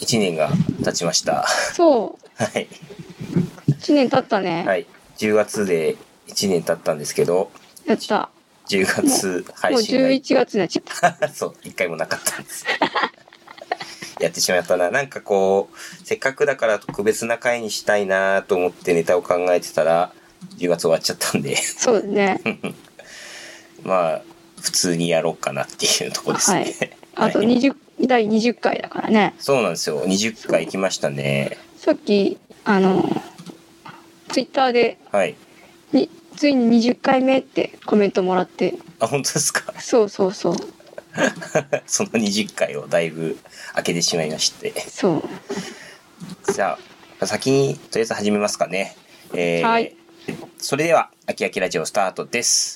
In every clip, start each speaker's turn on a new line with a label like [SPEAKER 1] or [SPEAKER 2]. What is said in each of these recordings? [SPEAKER 1] 1年が経ちました。
[SPEAKER 2] そ
[SPEAKER 1] はい。
[SPEAKER 2] う。1年経ったね。
[SPEAKER 1] はい。10月で1年経ったんですけど、
[SPEAKER 2] やった。
[SPEAKER 1] 10月配
[SPEAKER 2] もう
[SPEAKER 1] 信が
[SPEAKER 2] 11月になっちゃった。
[SPEAKER 1] そう、一回もなかったんです。 やってしまったな。なんかこう、せっかくだから特別な回にしたいなと思ってネタを考えてたら、10月終わっちゃったんで、
[SPEAKER 2] そうだね。
[SPEAKER 1] まあ、普通にやろうかなっていうとこです
[SPEAKER 2] はい
[SPEAKER 1] ね。。
[SPEAKER 2] あと
[SPEAKER 1] はい
[SPEAKER 2] 20、第20回だからね。
[SPEAKER 1] そうなんですよ。20回来ましたね。
[SPEAKER 2] さっき、あの、ツイッターで
[SPEAKER 1] はい。
[SPEAKER 2] に、ついに20回目ってコメントもらって、
[SPEAKER 1] あ、本当ですか。
[SPEAKER 2] そうそうそう。
[SPEAKER 1] その20回をだいぶ開けてしまいまして。
[SPEAKER 2] そう。
[SPEAKER 1] じゃあ、先にとりあえず始めますかね。えー
[SPEAKER 2] はい
[SPEAKER 1] それでは、あきあきラジオスタートです。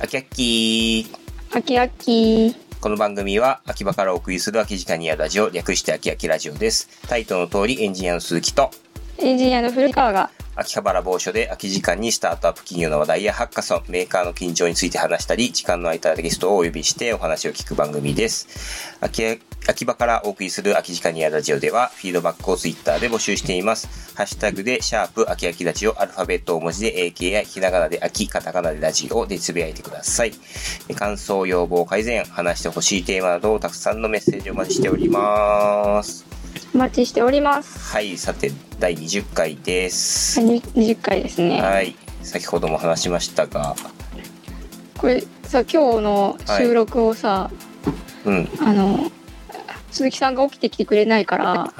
[SPEAKER 1] あきあき
[SPEAKER 2] あきあき。
[SPEAKER 1] この番組は、秋葉からお送りする秋時間にあるラジオ、略して秋秋ラジオです。タイトルの通り、エンジニアの鈴木と、
[SPEAKER 2] エンジニアの古川が、
[SPEAKER 1] 秋葉原某所で空き時間にスタートアップ企業の話題やハッカソン、メーカーの緊張について話したり、時間の空いたゲストをお呼びしてお話を聞く番組です。秋秋葉からお送りする空き時間にあるラジオでは、フィードバックをツイッターで募集しています。ハッシュタグで、シャープ、秋秋ラジオ、アルファベット大文字で AKI、ひながなで秋、カタカナでラジオでつぶやいてください。感想、要望、改善、話してほしいテーマなど、たくさんのメッセージをお待ちしております。
[SPEAKER 2] お待ちしております。
[SPEAKER 1] はい、さて、第20回です。
[SPEAKER 2] に20回ですね。
[SPEAKER 1] はい、先ほども話しましたが、
[SPEAKER 2] これさ今日の収録をさ、
[SPEAKER 1] うん、
[SPEAKER 2] あの鈴木さんが起きてきてくれないから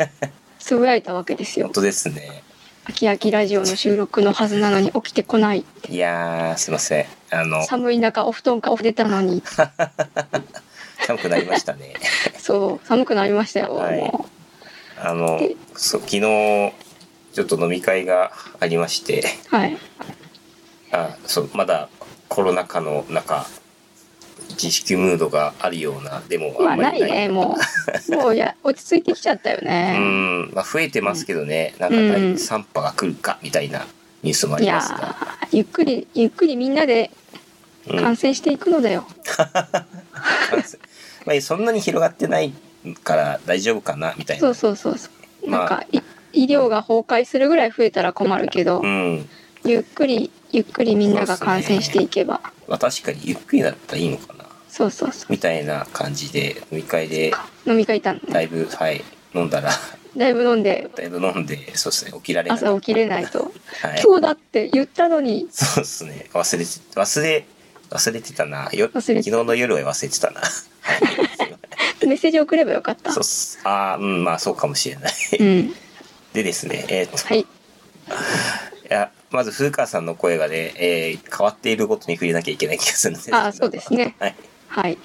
[SPEAKER 2] つぶやいたわけですよ
[SPEAKER 1] 本当ですね。
[SPEAKER 2] 「秋秋ラジオ」の収録のはずなのに起きてこない
[SPEAKER 1] いやー、すいません。あの、
[SPEAKER 2] 寒い中お布団から出たのに
[SPEAKER 1] 寒くなりました ね。
[SPEAKER 2] そう寒くなりましたよ、
[SPEAKER 1] はい
[SPEAKER 2] も
[SPEAKER 1] あの
[SPEAKER 2] え、
[SPEAKER 1] そう昨日、ちょっと飲み会がありまして、
[SPEAKER 2] うはい
[SPEAKER 1] あそうまだコロナ禍の中、自粛ムードがあるような、でも
[SPEAKER 2] ま
[SPEAKER 1] あ
[SPEAKER 2] あ
[SPEAKER 1] んま
[SPEAKER 2] な
[SPEAKER 1] り
[SPEAKER 2] いねもうもういや落ち着いてきちゃったよ
[SPEAKER 1] う
[SPEAKER 2] ね、
[SPEAKER 1] ん、まあ、増えてますけどね、なんか第
[SPEAKER 2] うん
[SPEAKER 1] 3波が来るかみたいなニュースもあ
[SPEAKER 2] い
[SPEAKER 1] り
[SPEAKER 2] や
[SPEAKER 1] ますが、
[SPEAKER 2] ーゆっくりゆっくりみんなで
[SPEAKER 1] うん
[SPEAKER 2] 感染していくのだよ、
[SPEAKER 1] まあ、そんなに広がってないから大丈夫かなみたい
[SPEAKER 2] そう
[SPEAKER 1] な。
[SPEAKER 2] そうそうそう
[SPEAKER 1] ま
[SPEAKER 2] な
[SPEAKER 1] あ
[SPEAKER 2] んか、い医療が崩壊するぐらい増えたら困るけど、
[SPEAKER 1] うん
[SPEAKER 2] ゆっくりゆっくりみんなが感染していけば
[SPEAKER 1] まあ、確かにゆっくりだったらいいのかな
[SPEAKER 2] そう,、そうそう
[SPEAKER 1] みたいな感じで飲み会で
[SPEAKER 2] 飲み会行ったの
[SPEAKER 1] だ
[SPEAKER 2] ね
[SPEAKER 1] いぶはい飲んだら
[SPEAKER 2] だいぶ飲んで
[SPEAKER 1] だいぶ飲んでそうですね起きられなかっ
[SPEAKER 2] 朝起きれないと
[SPEAKER 1] た、はい、
[SPEAKER 2] 今日だって言ったのに
[SPEAKER 1] そうですね忘れて忘れ忘れてたなよ
[SPEAKER 2] 忘れて
[SPEAKER 1] 昨日の夜は忘れてたなはいすいま
[SPEAKER 2] メッセージ送ればよかっ
[SPEAKER 1] せん
[SPEAKER 2] た
[SPEAKER 1] そうっすああうんまあそうかもしれない
[SPEAKER 2] うん
[SPEAKER 1] でですねえーっと、
[SPEAKER 2] はい
[SPEAKER 1] いやまず古川さんの声がね、えー変わっていることに触れなきゃいけない気がするんですけど
[SPEAKER 2] あそうですね
[SPEAKER 1] はい
[SPEAKER 2] はい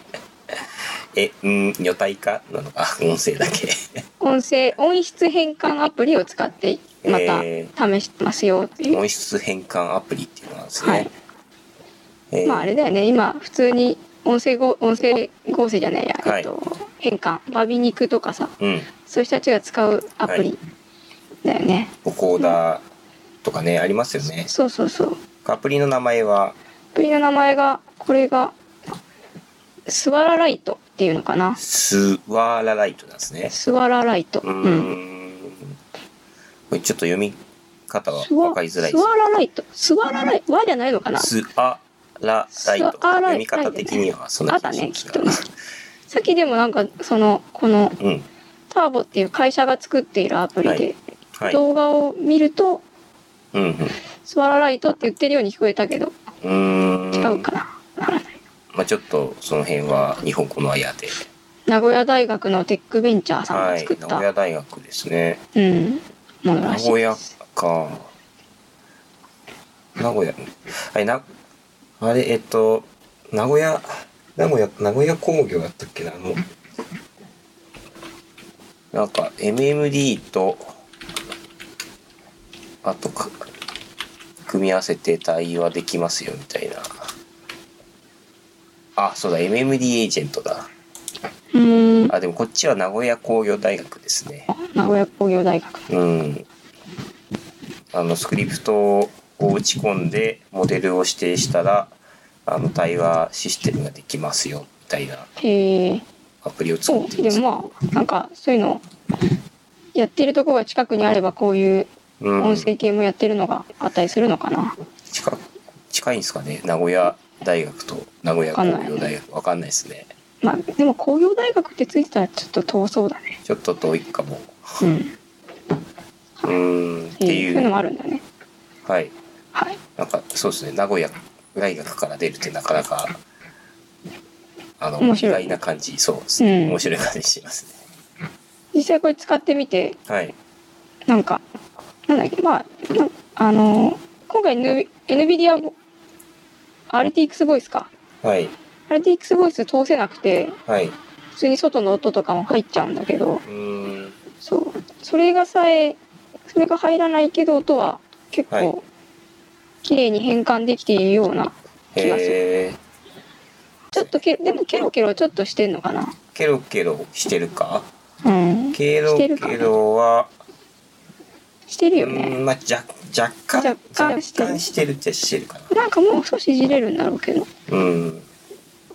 [SPEAKER 1] えうん女体化なのかあ音声だけ
[SPEAKER 2] 音声音質変換アプリを使ってまた
[SPEAKER 1] え
[SPEAKER 2] 試してますよっていう、
[SPEAKER 1] 音質変換アプリっていうのなんですね、
[SPEAKER 2] はい
[SPEAKER 1] えー
[SPEAKER 2] まああれだよね今普通に音声ご音声合成じゃないや、
[SPEAKER 1] はい
[SPEAKER 2] えっと、変換バビ肉とかさ
[SPEAKER 1] うん
[SPEAKER 2] そういう人たちが使うアプリだよね、
[SPEAKER 1] ボコーダーとかねありますよね
[SPEAKER 2] そうそうそう
[SPEAKER 1] アプリの名前は
[SPEAKER 2] アプリの名前がこれがスワラライトっていうのかな
[SPEAKER 1] スワーラライトなんですね
[SPEAKER 2] スワラライト
[SPEAKER 1] うーん
[SPEAKER 2] うん
[SPEAKER 1] これちょっと読み方が
[SPEAKER 2] スワ
[SPEAKER 1] 分かりづらい
[SPEAKER 2] スワラライトスワラライトワじゃないのかな
[SPEAKER 1] ですスアラライト
[SPEAKER 2] スアラ
[SPEAKER 1] 読
[SPEAKER 2] イ
[SPEAKER 1] み
[SPEAKER 2] ト
[SPEAKER 1] 方的にはそん
[SPEAKER 2] あ
[SPEAKER 1] な
[SPEAKER 2] だねきっと
[SPEAKER 1] が
[SPEAKER 2] ねさっきでもなんかそのこの
[SPEAKER 1] うん
[SPEAKER 2] ターボっていう会社が作っているアプリで
[SPEAKER 1] はい
[SPEAKER 2] 動画を見ると
[SPEAKER 1] うんうん
[SPEAKER 2] スワラライトって言ってるように聞こえたけど
[SPEAKER 1] うーん
[SPEAKER 2] 違うかな
[SPEAKER 1] まあちょっとその辺は日本語のあやで
[SPEAKER 2] 名古屋大学のテックベンチャーさんが
[SPEAKER 1] はい
[SPEAKER 2] 作っ
[SPEAKER 1] 名
[SPEAKER 2] た、
[SPEAKER 1] 古屋大学ですね
[SPEAKER 2] うんもの
[SPEAKER 1] 名
[SPEAKER 2] らしい
[SPEAKER 1] 古
[SPEAKER 2] で
[SPEAKER 1] 屋
[SPEAKER 2] す
[SPEAKER 1] か名古屋あれなあれえっと名古屋名古屋名古屋工業だったっけなあのなんか MMD とあとか組み合わせて対話できますよみたいなあそうだ MMD エージェントだ
[SPEAKER 2] うーん。
[SPEAKER 1] あでもこっちは名古屋工業大学ですね
[SPEAKER 2] 名古屋工業大学。
[SPEAKER 1] うんあのスクリプトを打ち込んでモデルを指定したらあの対話システムができますよみたいな
[SPEAKER 2] へえ。
[SPEAKER 1] アプリを作
[SPEAKER 2] そ
[SPEAKER 1] っ
[SPEAKER 2] う。
[SPEAKER 1] ていま
[SPEAKER 2] ですもまあ、なんかそういうの、やってるとこが近くにあれば、こういう
[SPEAKER 1] うん
[SPEAKER 2] 音、声系もやってるのがあったりするのかな。
[SPEAKER 1] 近く近いんですかね名古屋大学と名古屋工業大学わかんないですね
[SPEAKER 2] まあ、でも工業大学ってついてたらちょっと遠そうだね。
[SPEAKER 1] ちょっと遠いかも
[SPEAKER 2] うん。
[SPEAKER 1] うーんって
[SPEAKER 2] えーそういう
[SPEAKER 1] い
[SPEAKER 2] の
[SPEAKER 1] う
[SPEAKER 2] もあるんだね。
[SPEAKER 1] はい
[SPEAKER 2] はい。
[SPEAKER 1] なんかそうですね名古屋大学から出るってなかなかあの
[SPEAKER 2] 面
[SPEAKER 1] 意
[SPEAKER 2] 白い
[SPEAKER 1] 外な感じそうですね、
[SPEAKER 2] うん
[SPEAKER 1] 面白い感じしますね
[SPEAKER 2] 実際これ使ってみて、
[SPEAKER 1] はい
[SPEAKER 2] なんか、なんだっけ、まあ、なあのー今回 N- NVIDIA も RTX ボイスか。
[SPEAKER 1] はい
[SPEAKER 2] RTX ボイス通せなくて、
[SPEAKER 1] はい
[SPEAKER 2] 普通に外の音とかも入っちゃうんだけど、
[SPEAKER 1] うーん
[SPEAKER 2] そう。それがさえ、それが入らないけど、音は結
[SPEAKER 1] はい
[SPEAKER 2] 構、綺麗に変換できているような、気がする
[SPEAKER 1] えー、
[SPEAKER 2] ちょっとけ、でもケロケロちょっとしてんのかな。
[SPEAKER 1] ケロケロしてるか
[SPEAKER 2] うん。
[SPEAKER 1] ケロ
[SPEAKER 2] してるか
[SPEAKER 1] ケロは
[SPEAKER 2] してる
[SPEAKER 1] う
[SPEAKER 2] よね。
[SPEAKER 1] ーんまあ若若干
[SPEAKER 2] 若干してる
[SPEAKER 1] 若干してるっちゃしてるかな
[SPEAKER 2] なんかもう少しいじれるんだろうけど。
[SPEAKER 1] うん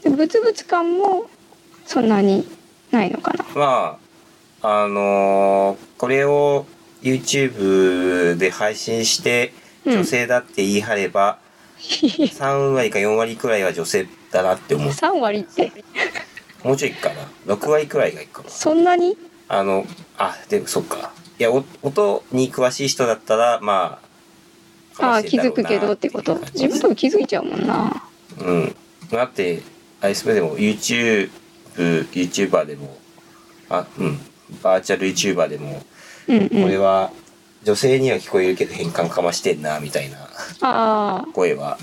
[SPEAKER 2] でブツブツ感もそんなにないのかな。
[SPEAKER 1] まああのーこれを YouTube で配信して
[SPEAKER 2] うん
[SPEAKER 1] 女性だって言い張れ ば、3割か4割くらいは女性だなって思う
[SPEAKER 2] 3割って
[SPEAKER 1] もうちょいかな6割くらいがいいかな
[SPEAKER 2] そんなに
[SPEAKER 1] あのあでもそっかいやお音に詳しい人だったらまあ
[SPEAKER 2] ああ
[SPEAKER 1] 話して
[SPEAKER 2] 気
[SPEAKER 1] んだろ
[SPEAKER 2] づ
[SPEAKER 1] うな
[SPEAKER 2] くけどってこと
[SPEAKER 1] いう感じ
[SPEAKER 2] 自分でも気づいちゃうもんな
[SPEAKER 1] うんだってあれそれでも YouTube YouTuber でもあうんバーチャル YouTuber でも
[SPEAKER 2] うんう
[SPEAKER 1] 俺
[SPEAKER 2] ん
[SPEAKER 1] は女性には聞こえるけど変換かましてんなみたいな
[SPEAKER 2] あ
[SPEAKER 1] 声は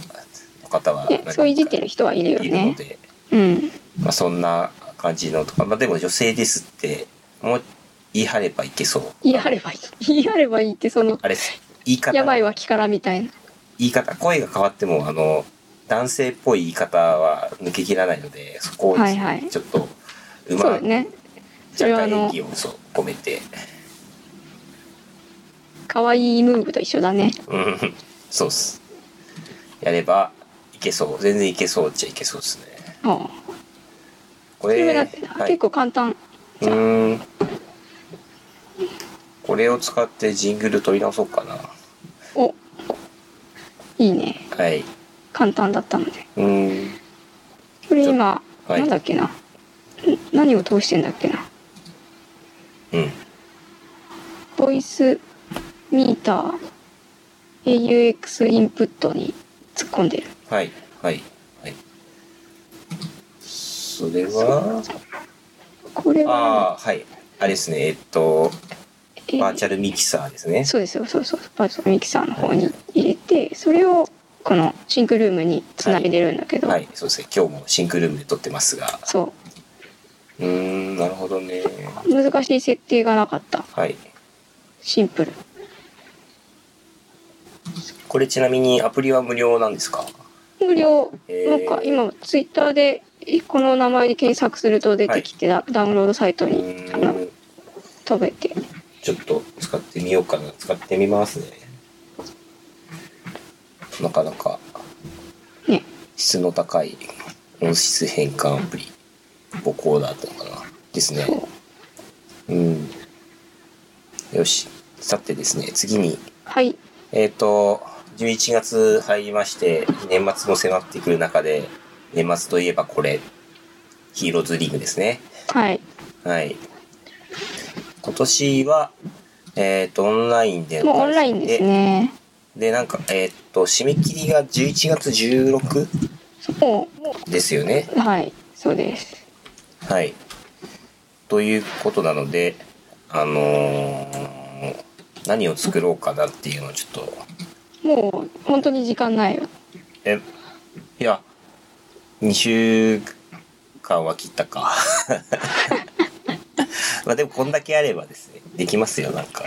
[SPEAKER 1] の方は
[SPEAKER 2] あねそういじってる人はいるよ
[SPEAKER 1] いるの
[SPEAKER 2] ね
[SPEAKER 1] で、
[SPEAKER 2] うん
[SPEAKER 1] まあ、そんな感じのとか、まあ、でも女性ですってもう言い張ればいけそう
[SPEAKER 2] 言い張ればいい言い張ればいいってその
[SPEAKER 1] あれ言い方
[SPEAKER 2] やばい脇からみたいな
[SPEAKER 1] 言い方声が変わってもあの男性っぽい言い方は抜けきらないのでそこを
[SPEAKER 2] はいはい
[SPEAKER 1] ちょっとう
[SPEAKER 2] そう
[SPEAKER 1] ま
[SPEAKER 2] だ
[SPEAKER 1] く
[SPEAKER 2] ねそれは
[SPEAKER 1] 若
[SPEAKER 2] あ
[SPEAKER 1] 干演
[SPEAKER 2] の
[SPEAKER 1] 技をそう込めて、
[SPEAKER 2] 可愛いムーブと一緒だね
[SPEAKER 1] うん、そうっすやればいけそう全然いけそうっちゃいけそうですね
[SPEAKER 2] ああ
[SPEAKER 1] こ
[SPEAKER 2] そ
[SPEAKER 1] れ
[SPEAKER 2] れは
[SPEAKER 1] は
[SPEAKER 2] 結
[SPEAKER 1] い、
[SPEAKER 2] 構簡単
[SPEAKER 1] うーんこれを使ってジングル取り直そうかな
[SPEAKER 2] おいいね
[SPEAKER 1] はい
[SPEAKER 2] 簡単だったので
[SPEAKER 1] うーん
[SPEAKER 2] これ今
[SPEAKER 1] ちょはい
[SPEAKER 2] なんだっけな、ん何を通してんだっけな
[SPEAKER 1] うん
[SPEAKER 2] ボイスミーター AUX インプットに突っ込んでる
[SPEAKER 1] はいはいはいそれは
[SPEAKER 2] これは
[SPEAKER 1] ああはいあれですねえっと
[SPEAKER 2] えー
[SPEAKER 1] バーチャルミキサーですね
[SPEAKER 2] そうですよそうそうバーチャルミキサーの方に入れてそれをこのシンクルームにつなげてるんだけど、
[SPEAKER 1] はいそうですね今日もシンクルームで撮ってますが
[SPEAKER 2] そう
[SPEAKER 1] ーんなるほどね
[SPEAKER 2] う難しい設定がなかった
[SPEAKER 1] はい
[SPEAKER 2] シンプル
[SPEAKER 1] これちなみにアプリは無料なんですか
[SPEAKER 2] 無料
[SPEAKER 1] えー
[SPEAKER 2] なんか今ツイッターでえこの名前で検索すると出てきてダ,、ダウンロードサイト
[SPEAKER 1] う
[SPEAKER 2] にあの
[SPEAKER 1] ーん
[SPEAKER 2] 飛べて
[SPEAKER 1] ちょっと使ってみようかな使ってみますねなかなか
[SPEAKER 2] ね
[SPEAKER 1] 質の高い音質変換アプリボコーダーってのかなですね
[SPEAKER 2] そう
[SPEAKER 1] うんよしさてですね次に
[SPEAKER 2] はい
[SPEAKER 1] えっ、と、11月入りまして、年末も迫ってくる中で、年末といえばこれ、ヒーローズリーグですね。
[SPEAKER 2] はい
[SPEAKER 1] はい。今年は、えっ、と、オンラインで
[SPEAKER 2] もうオンラインです。ね
[SPEAKER 1] で、なんか、えっ、と、締め切りが11月16
[SPEAKER 2] もう
[SPEAKER 1] ですよね。
[SPEAKER 2] はい、そうです。
[SPEAKER 1] はい。ということなので、あのー何を作ろうかなっていうのをちょっと、
[SPEAKER 2] もう本当に時間ないよ。
[SPEAKER 1] えいや2週間は切ったか まあでもこんだけあればですねできますよなんか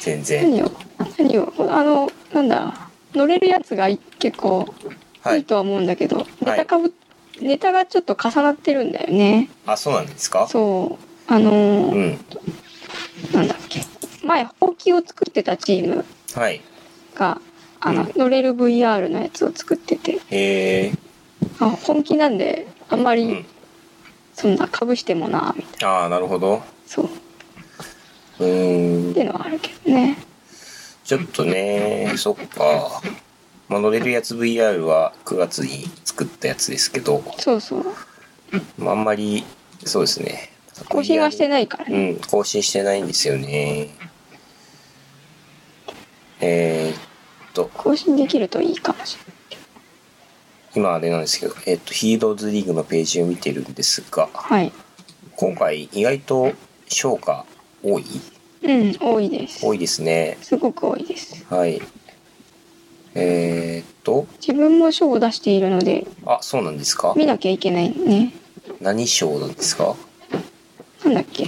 [SPEAKER 1] 全然
[SPEAKER 2] 何を何をあのなんだ乗れるやつがい結構
[SPEAKER 1] はい
[SPEAKER 2] い
[SPEAKER 1] い。
[SPEAKER 2] とは思うんだけど、ネ
[SPEAKER 1] はい
[SPEAKER 2] タかぶネタがちょっと重なってるんだよね
[SPEAKER 1] あ、そうなんですか
[SPEAKER 2] そうあの
[SPEAKER 1] う
[SPEAKER 2] ー
[SPEAKER 1] ん。
[SPEAKER 2] なんだっけ前ほうきを作ってたチーム
[SPEAKER 1] はい。
[SPEAKER 2] があの、
[SPEAKER 1] うん
[SPEAKER 2] 乗れる VR のやつを作ってて
[SPEAKER 1] へえ。
[SPEAKER 2] あ本気なんであんま
[SPEAKER 1] う
[SPEAKER 2] り
[SPEAKER 1] ん。
[SPEAKER 2] そんなかぶしてもなみたいな
[SPEAKER 1] ああ、なるほど。
[SPEAKER 2] そうっ
[SPEAKER 1] うーん。
[SPEAKER 2] ていうのはあるけどね
[SPEAKER 1] ちょっとね、そっか。まあ、乗れるやつ VR は9月に作ったやつですけど、
[SPEAKER 2] そうそう
[SPEAKER 1] まあ、あんまり、そうですね。
[SPEAKER 2] 更新はして
[SPEAKER 1] ない。
[SPEAKER 2] ないからね
[SPEAKER 1] うん、更新してないんですよね。えー、っと、
[SPEAKER 2] 更新できるといいかもしれない
[SPEAKER 1] 今あれなんですけど、えーっと、ヒーローズリーグのページを見てるんですが、
[SPEAKER 2] はい
[SPEAKER 1] 今回意外と賞が多い
[SPEAKER 2] うん多いです
[SPEAKER 1] 多いですね。
[SPEAKER 2] すごく多いです
[SPEAKER 1] はい。えー、っと、
[SPEAKER 2] 自分も賞を出しているので
[SPEAKER 1] あ、そうなんですか
[SPEAKER 2] 見なきゃいけないね
[SPEAKER 1] 何賞なんですか
[SPEAKER 2] なんだっけ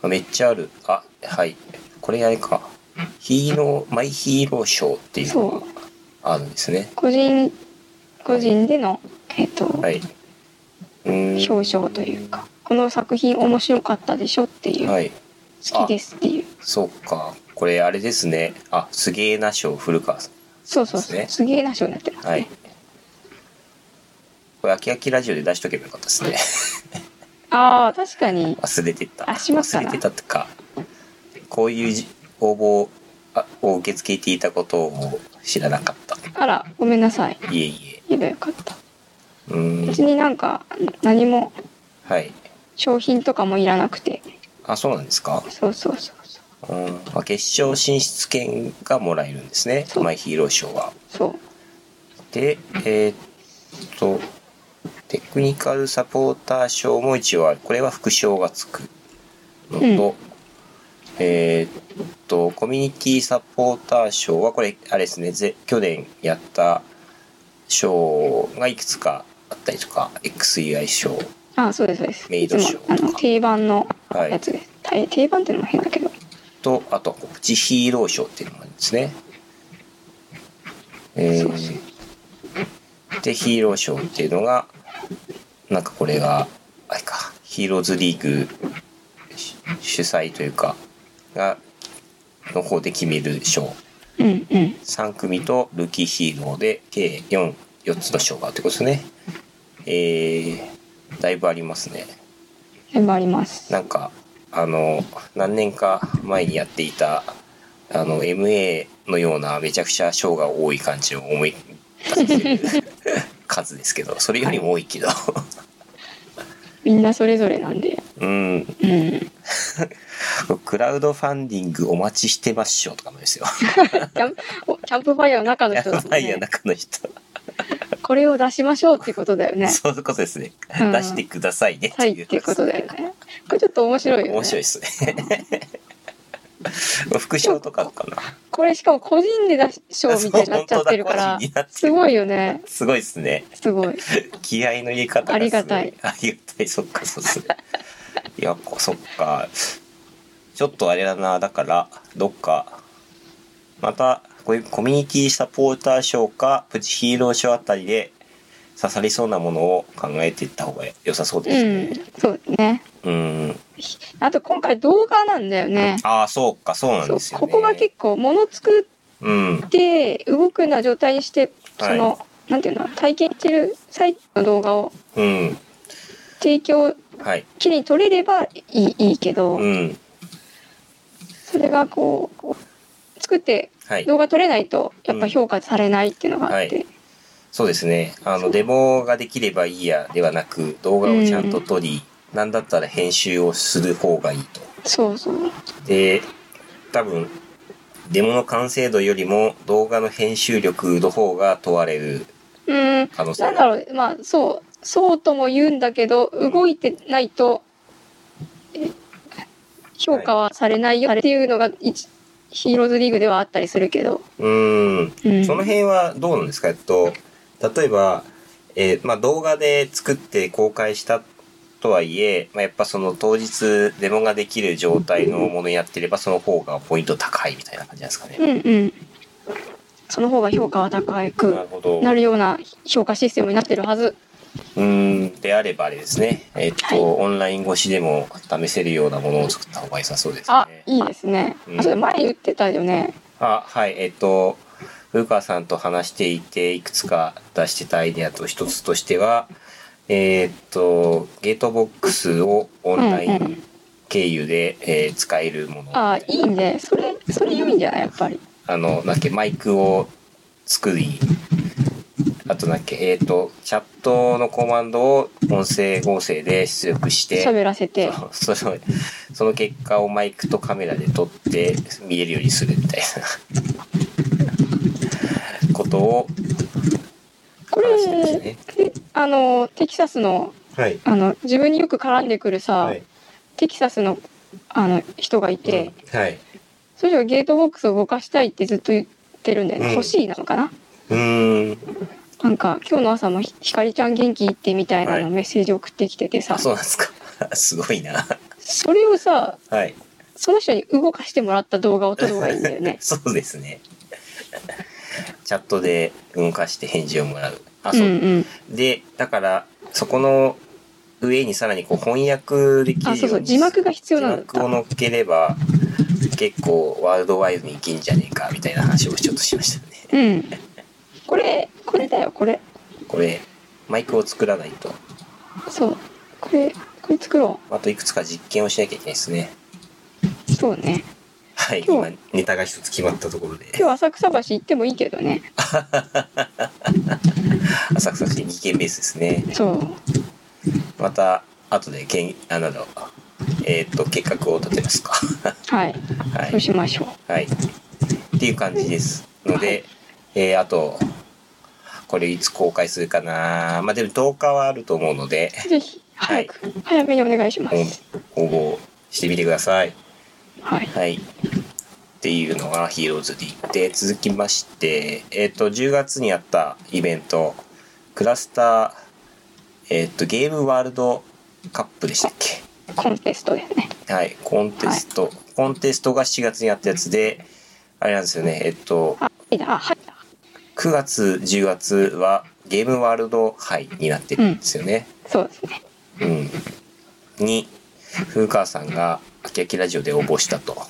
[SPEAKER 1] あめっちゃある。あ、はい。これあれか。ヒーロー、マイヒーロー賞っていうのが
[SPEAKER 2] そう
[SPEAKER 1] あるんですね。
[SPEAKER 2] 個人個人でのえっ、と、
[SPEAKER 1] はい。うーん
[SPEAKER 2] 表彰というかこの作品面白かったでしょっていう、
[SPEAKER 1] はい。
[SPEAKER 2] 好きですっていう
[SPEAKER 1] そっか。これあれですね。あ、すげえな賞、古川さん。
[SPEAKER 2] そうそう
[SPEAKER 1] そ
[SPEAKER 2] そうう
[SPEAKER 1] ですね
[SPEAKER 2] すげえな賞になってますね、
[SPEAKER 1] はい。これ、あきあきラジオで出しとけばよかったですね。
[SPEAKER 2] ああ確かに
[SPEAKER 1] 忘れてた。
[SPEAKER 2] あしまった
[SPEAKER 1] 忘
[SPEAKER 2] な
[SPEAKER 1] れてたってか、こういうじ応募あを受け付けていたことを知らなかった。
[SPEAKER 2] あらごめんなさい
[SPEAKER 1] いえい
[SPEAKER 2] 言えばよかった
[SPEAKER 1] え。うー
[SPEAKER 2] 別
[SPEAKER 1] ん。
[SPEAKER 2] になんか何も
[SPEAKER 1] はい。
[SPEAKER 2] 商品とかもいらなくて
[SPEAKER 1] あ、そうなんですか。
[SPEAKER 2] そうそうそうそう
[SPEAKER 1] うん。あ決勝進出権がもらえるんですね。
[SPEAKER 2] そう
[SPEAKER 1] マイヒーロー賞は。
[SPEAKER 2] そう
[SPEAKER 1] で、えーっと、テクニカルサポーター賞も一応ある。これは副賞がつくのと、
[SPEAKER 2] うん
[SPEAKER 1] えーっと、コミュニティサポーター賞は、これ、あれですね、ぜ去年やった賞がいくつかあったりとか、XEI 賞。
[SPEAKER 2] ああそうですそうです
[SPEAKER 1] メイ
[SPEAKER 2] いつ
[SPEAKER 1] ド
[SPEAKER 2] も
[SPEAKER 1] ショー
[SPEAKER 2] あの定番の
[SPEAKER 1] はい
[SPEAKER 2] やつです、大定番っていうのも変だけど
[SPEAKER 1] と、あとは告知ヒーロー賞っていうのもあるんですね。えー
[SPEAKER 2] そうそ
[SPEAKER 1] で、ヒーロー賞っていうのが、なんかこれが、あれか、ヒーローズリーグし主催というか、が、の方で決める賞。
[SPEAKER 2] うんうん
[SPEAKER 1] 3組とルーキーヒーローで、計4、4つの賞があるってことですね。えー、だいぶありますね。
[SPEAKER 2] 全部あります
[SPEAKER 1] なんか、あの、何年か前にやっていた、あの、MA のようなめちゃくちゃ賞が多い感じを思い出させる 数ですけど、それよりも多いけど。
[SPEAKER 2] みんなそれぞれなんで
[SPEAKER 1] うん。
[SPEAKER 2] うん
[SPEAKER 1] クラウドファンディングお待ちしてます賞とかもですよ。
[SPEAKER 2] キャンおキャンプファイヤーの中の
[SPEAKER 1] や
[SPEAKER 2] 人です
[SPEAKER 1] ばいや、
[SPEAKER 2] ね
[SPEAKER 1] 中の人。
[SPEAKER 2] これを出しましょうっていうことだよね
[SPEAKER 1] そういうことですね。
[SPEAKER 2] うん
[SPEAKER 1] 出してくださいねって
[SPEAKER 2] はいいっ
[SPEAKER 1] う。
[SPEAKER 2] ていうことだよねこれちょっと面白いよね
[SPEAKER 1] 面白いです ね。副賞とかかな。
[SPEAKER 2] これしかも個人で出し賞みたいになっちゃってるか
[SPEAKER 1] 本当だ
[SPEAKER 2] ら
[SPEAKER 1] 個人になってる
[SPEAKER 2] すごいよね
[SPEAKER 1] すごいですね。
[SPEAKER 2] すごい
[SPEAKER 1] 気合の入れ方がすご
[SPEAKER 2] ありがたい
[SPEAKER 1] ありがたいそっかそうですねいやこそっかちょっとあれだなだからどっかまたこういうコミュニティサポーター賞かプチヒーロー賞あたりで刺さりそうなものを考えていった方が良さそうで
[SPEAKER 2] う
[SPEAKER 1] す
[SPEAKER 2] ん
[SPEAKER 1] ね
[SPEAKER 2] そうね
[SPEAKER 1] うん
[SPEAKER 2] あと今回動画なんだよね
[SPEAKER 1] ああそうかそうなん
[SPEAKER 2] そう
[SPEAKER 1] ですよね
[SPEAKER 2] ここが結構物作っ
[SPEAKER 1] うん
[SPEAKER 2] て動くような状態にして
[SPEAKER 1] はい
[SPEAKER 2] その、なんていうの体験してる最近の動画を
[SPEAKER 1] うん
[SPEAKER 2] 提供
[SPEAKER 1] はい
[SPEAKER 2] きれいに撮れればいいいいけど、
[SPEAKER 1] うん
[SPEAKER 2] それがこうこう作って
[SPEAKER 1] はい
[SPEAKER 2] 動画撮れないとやっぱ評価されないっていうのがあって、
[SPEAKER 1] はいそうですね。あの、デモができればいいやではなく、動画をちゃんと撮り、なんだったら編集をする方がいいと。
[SPEAKER 2] そうそう
[SPEAKER 1] で、多分、デモの完成度よりも動画の編集力の方が問われる
[SPEAKER 2] うん
[SPEAKER 1] 可能性
[SPEAKER 2] なんだ
[SPEAKER 1] が
[SPEAKER 2] ろうまあそうそうとも言うんだけど動いてないとえ評価はされないよっていうのが一ヒーローズリーグではあったりするけど、
[SPEAKER 1] うーん。
[SPEAKER 2] うん、
[SPEAKER 1] その辺はどうなんですかえっと、例えば、えーまあ、動画で作って公開したとはいえ、まあ、やっぱその当日デモができる状態のものやってればその方がポイント高いみたいな感じなんですかね。
[SPEAKER 2] うんうんその方が評価は高
[SPEAKER 1] な
[SPEAKER 2] く
[SPEAKER 1] るほど。
[SPEAKER 2] なるような評価システムになってるはず。
[SPEAKER 1] うーん、であればあれですね。えっと、オンライン越しでも試せるようなものを作った方が良さそうです
[SPEAKER 2] あ
[SPEAKER 1] ね、。
[SPEAKER 2] いいですね。あそれ前言ってたよね。
[SPEAKER 1] あ、はい、えっと、古川さんと話していて、いくつか出してたアイデアと一つとしては、えーっと、ゲートボックスをオンライ
[SPEAKER 2] うんう
[SPEAKER 1] ン経由で、えー使えるもの。
[SPEAKER 2] あ、いいね。それ、それ良いんじゃないやっぱり。
[SPEAKER 1] あの、なんだっけ、マイクを作り、あとなんだっけ、えーっと、チャットのコマンドを音声合成で出力して、
[SPEAKER 2] 喋らせて。
[SPEAKER 1] そうそのその結果をマイクとカメラで撮って見えるようにするみたいなことを
[SPEAKER 2] こ
[SPEAKER 1] 話してました
[SPEAKER 2] れ
[SPEAKER 1] ね、。
[SPEAKER 2] あの、テキサスの、
[SPEAKER 1] はい。
[SPEAKER 2] あの、自分によく絡んでくるさ、テキサスの、あの、人がいて、
[SPEAKER 1] はい。
[SPEAKER 2] それ以上ゲートボックスを動かしたいってずっと言ってるんだよね。
[SPEAKER 1] うん
[SPEAKER 2] 欲しいなのかな
[SPEAKER 1] うーん。
[SPEAKER 2] なんか、今日の朝もひひかりちゃん元気ってみたいな
[SPEAKER 1] は
[SPEAKER 2] の
[SPEAKER 1] い
[SPEAKER 2] メッセージ送ってきててさ、
[SPEAKER 1] あ、そうなんですか。 すごいな。
[SPEAKER 2] それをさ、
[SPEAKER 1] はい。。
[SPEAKER 2] その人に動かしてもらった動画を撮る方がいいんだよね
[SPEAKER 1] そうですね。チャットで動かして返事をもらう。あ、そう。
[SPEAKER 2] んうん。
[SPEAKER 1] で、だから、そこの上にさらにこう翻訳できるように
[SPEAKER 2] あ、そうそう、字幕が必要なんだっ
[SPEAKER 1] 字幕を
[SPEAKER 2] た。
[SPEAKER 1] 乗っければ結構ワールドワイドにいけんじゃねえかみたいな話をちょっとしましたね
[SPEAKER 2] うん。これ、これだよ、これ。
[SPEAKER 1] これマイクを作らないと
[SPEAKER 2] そう。これ、これ作ろ
[SPEAKER 1] あといくつか実験をしなきゃいけないですね
[SPEAKER 2] う。そうね。
[SPEAKER 1] はい
[SPEAKER 2] 今
[SPEAKER 1] 今
[SPEAKER 2] 日
[SPEAKER 1] ネタが一つ決まったところで
[SPEAKER 2] 今日浅草橋行ってもいいけどね。
[SPEAKER 1] 浅草市2件ベースですね
[SPEAKER 2] そう。
[SPEAKER 1] また後でけんあなどえーっ、と計画を立てますか
[SPEAKER 2] はい。
[SPEAKER 1] はい
[SPEAKER 2] そうしましょう。
[SPEAKER 1] はい。っていう感じです。ので、えーあと、これいつ公開するかなまあでも10日はあると思うので、
[SPEAKER 2] ぜひ、早く、早めにお願いします。
[SPEAKER 1] 応募してみてください。
[SPEAKER 2] はい。
[SPEAKER 1] はい。っていうのがヒーローズ D で、続きまして、えっ、と、10月にあったイベント、クラスター、えっ、と、ゲームワールドカップでしたっけ
[SPEAKER 2] コンテストだよね。
[SPEAKER 1] はい、コンテスト、コンテストが7月にあったやつで、あれなんですよね、えっ、と、
[SPEAKER 2] あ、いいだ、あ、はい。
[SPEAKER 1] 9月10月はゲームワールド杯になってるんですよね。
[SPEAKER 2] そうですね。
[SPEAKER 1] うん、に風川さんが「あきあきラジオ」で応募したと。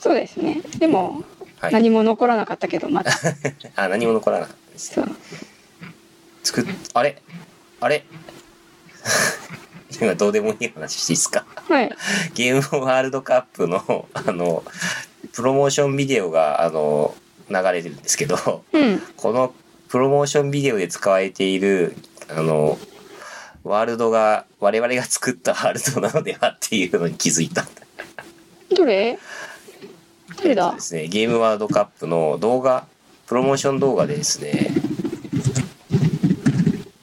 [SPEAKER 2] そうですね。でも、
[SPEAKER 1] はい、
[SPEAKER 2] 何も残らなかったけ ど、また。
[SPEAKER 1] あ何も残らなかったです。
[SPEAKER 2] そう。
[SPEAKER 1] 作っあれあれ 今どうでもいい話していいですか
[SPEAKER 2] はい。
[SPEAKER 1] ゲームワールドカップのあのプロモーションビデオがあの流れてるんですけど
[SPEAKER 2] うん。
[SPEAKER 1] このプロモーションビデオで使われている、あの、ワールドが、我々が作ったワールドなのではっていうのに気づいたんだ。
[SPEAKER 2] どれどれ
[SPEAKER 1] えっと
[SPEAKER 2] だ
[SPEAKER 1] ですね、ゲームワールドカップの動画、プロモーション動画でですね、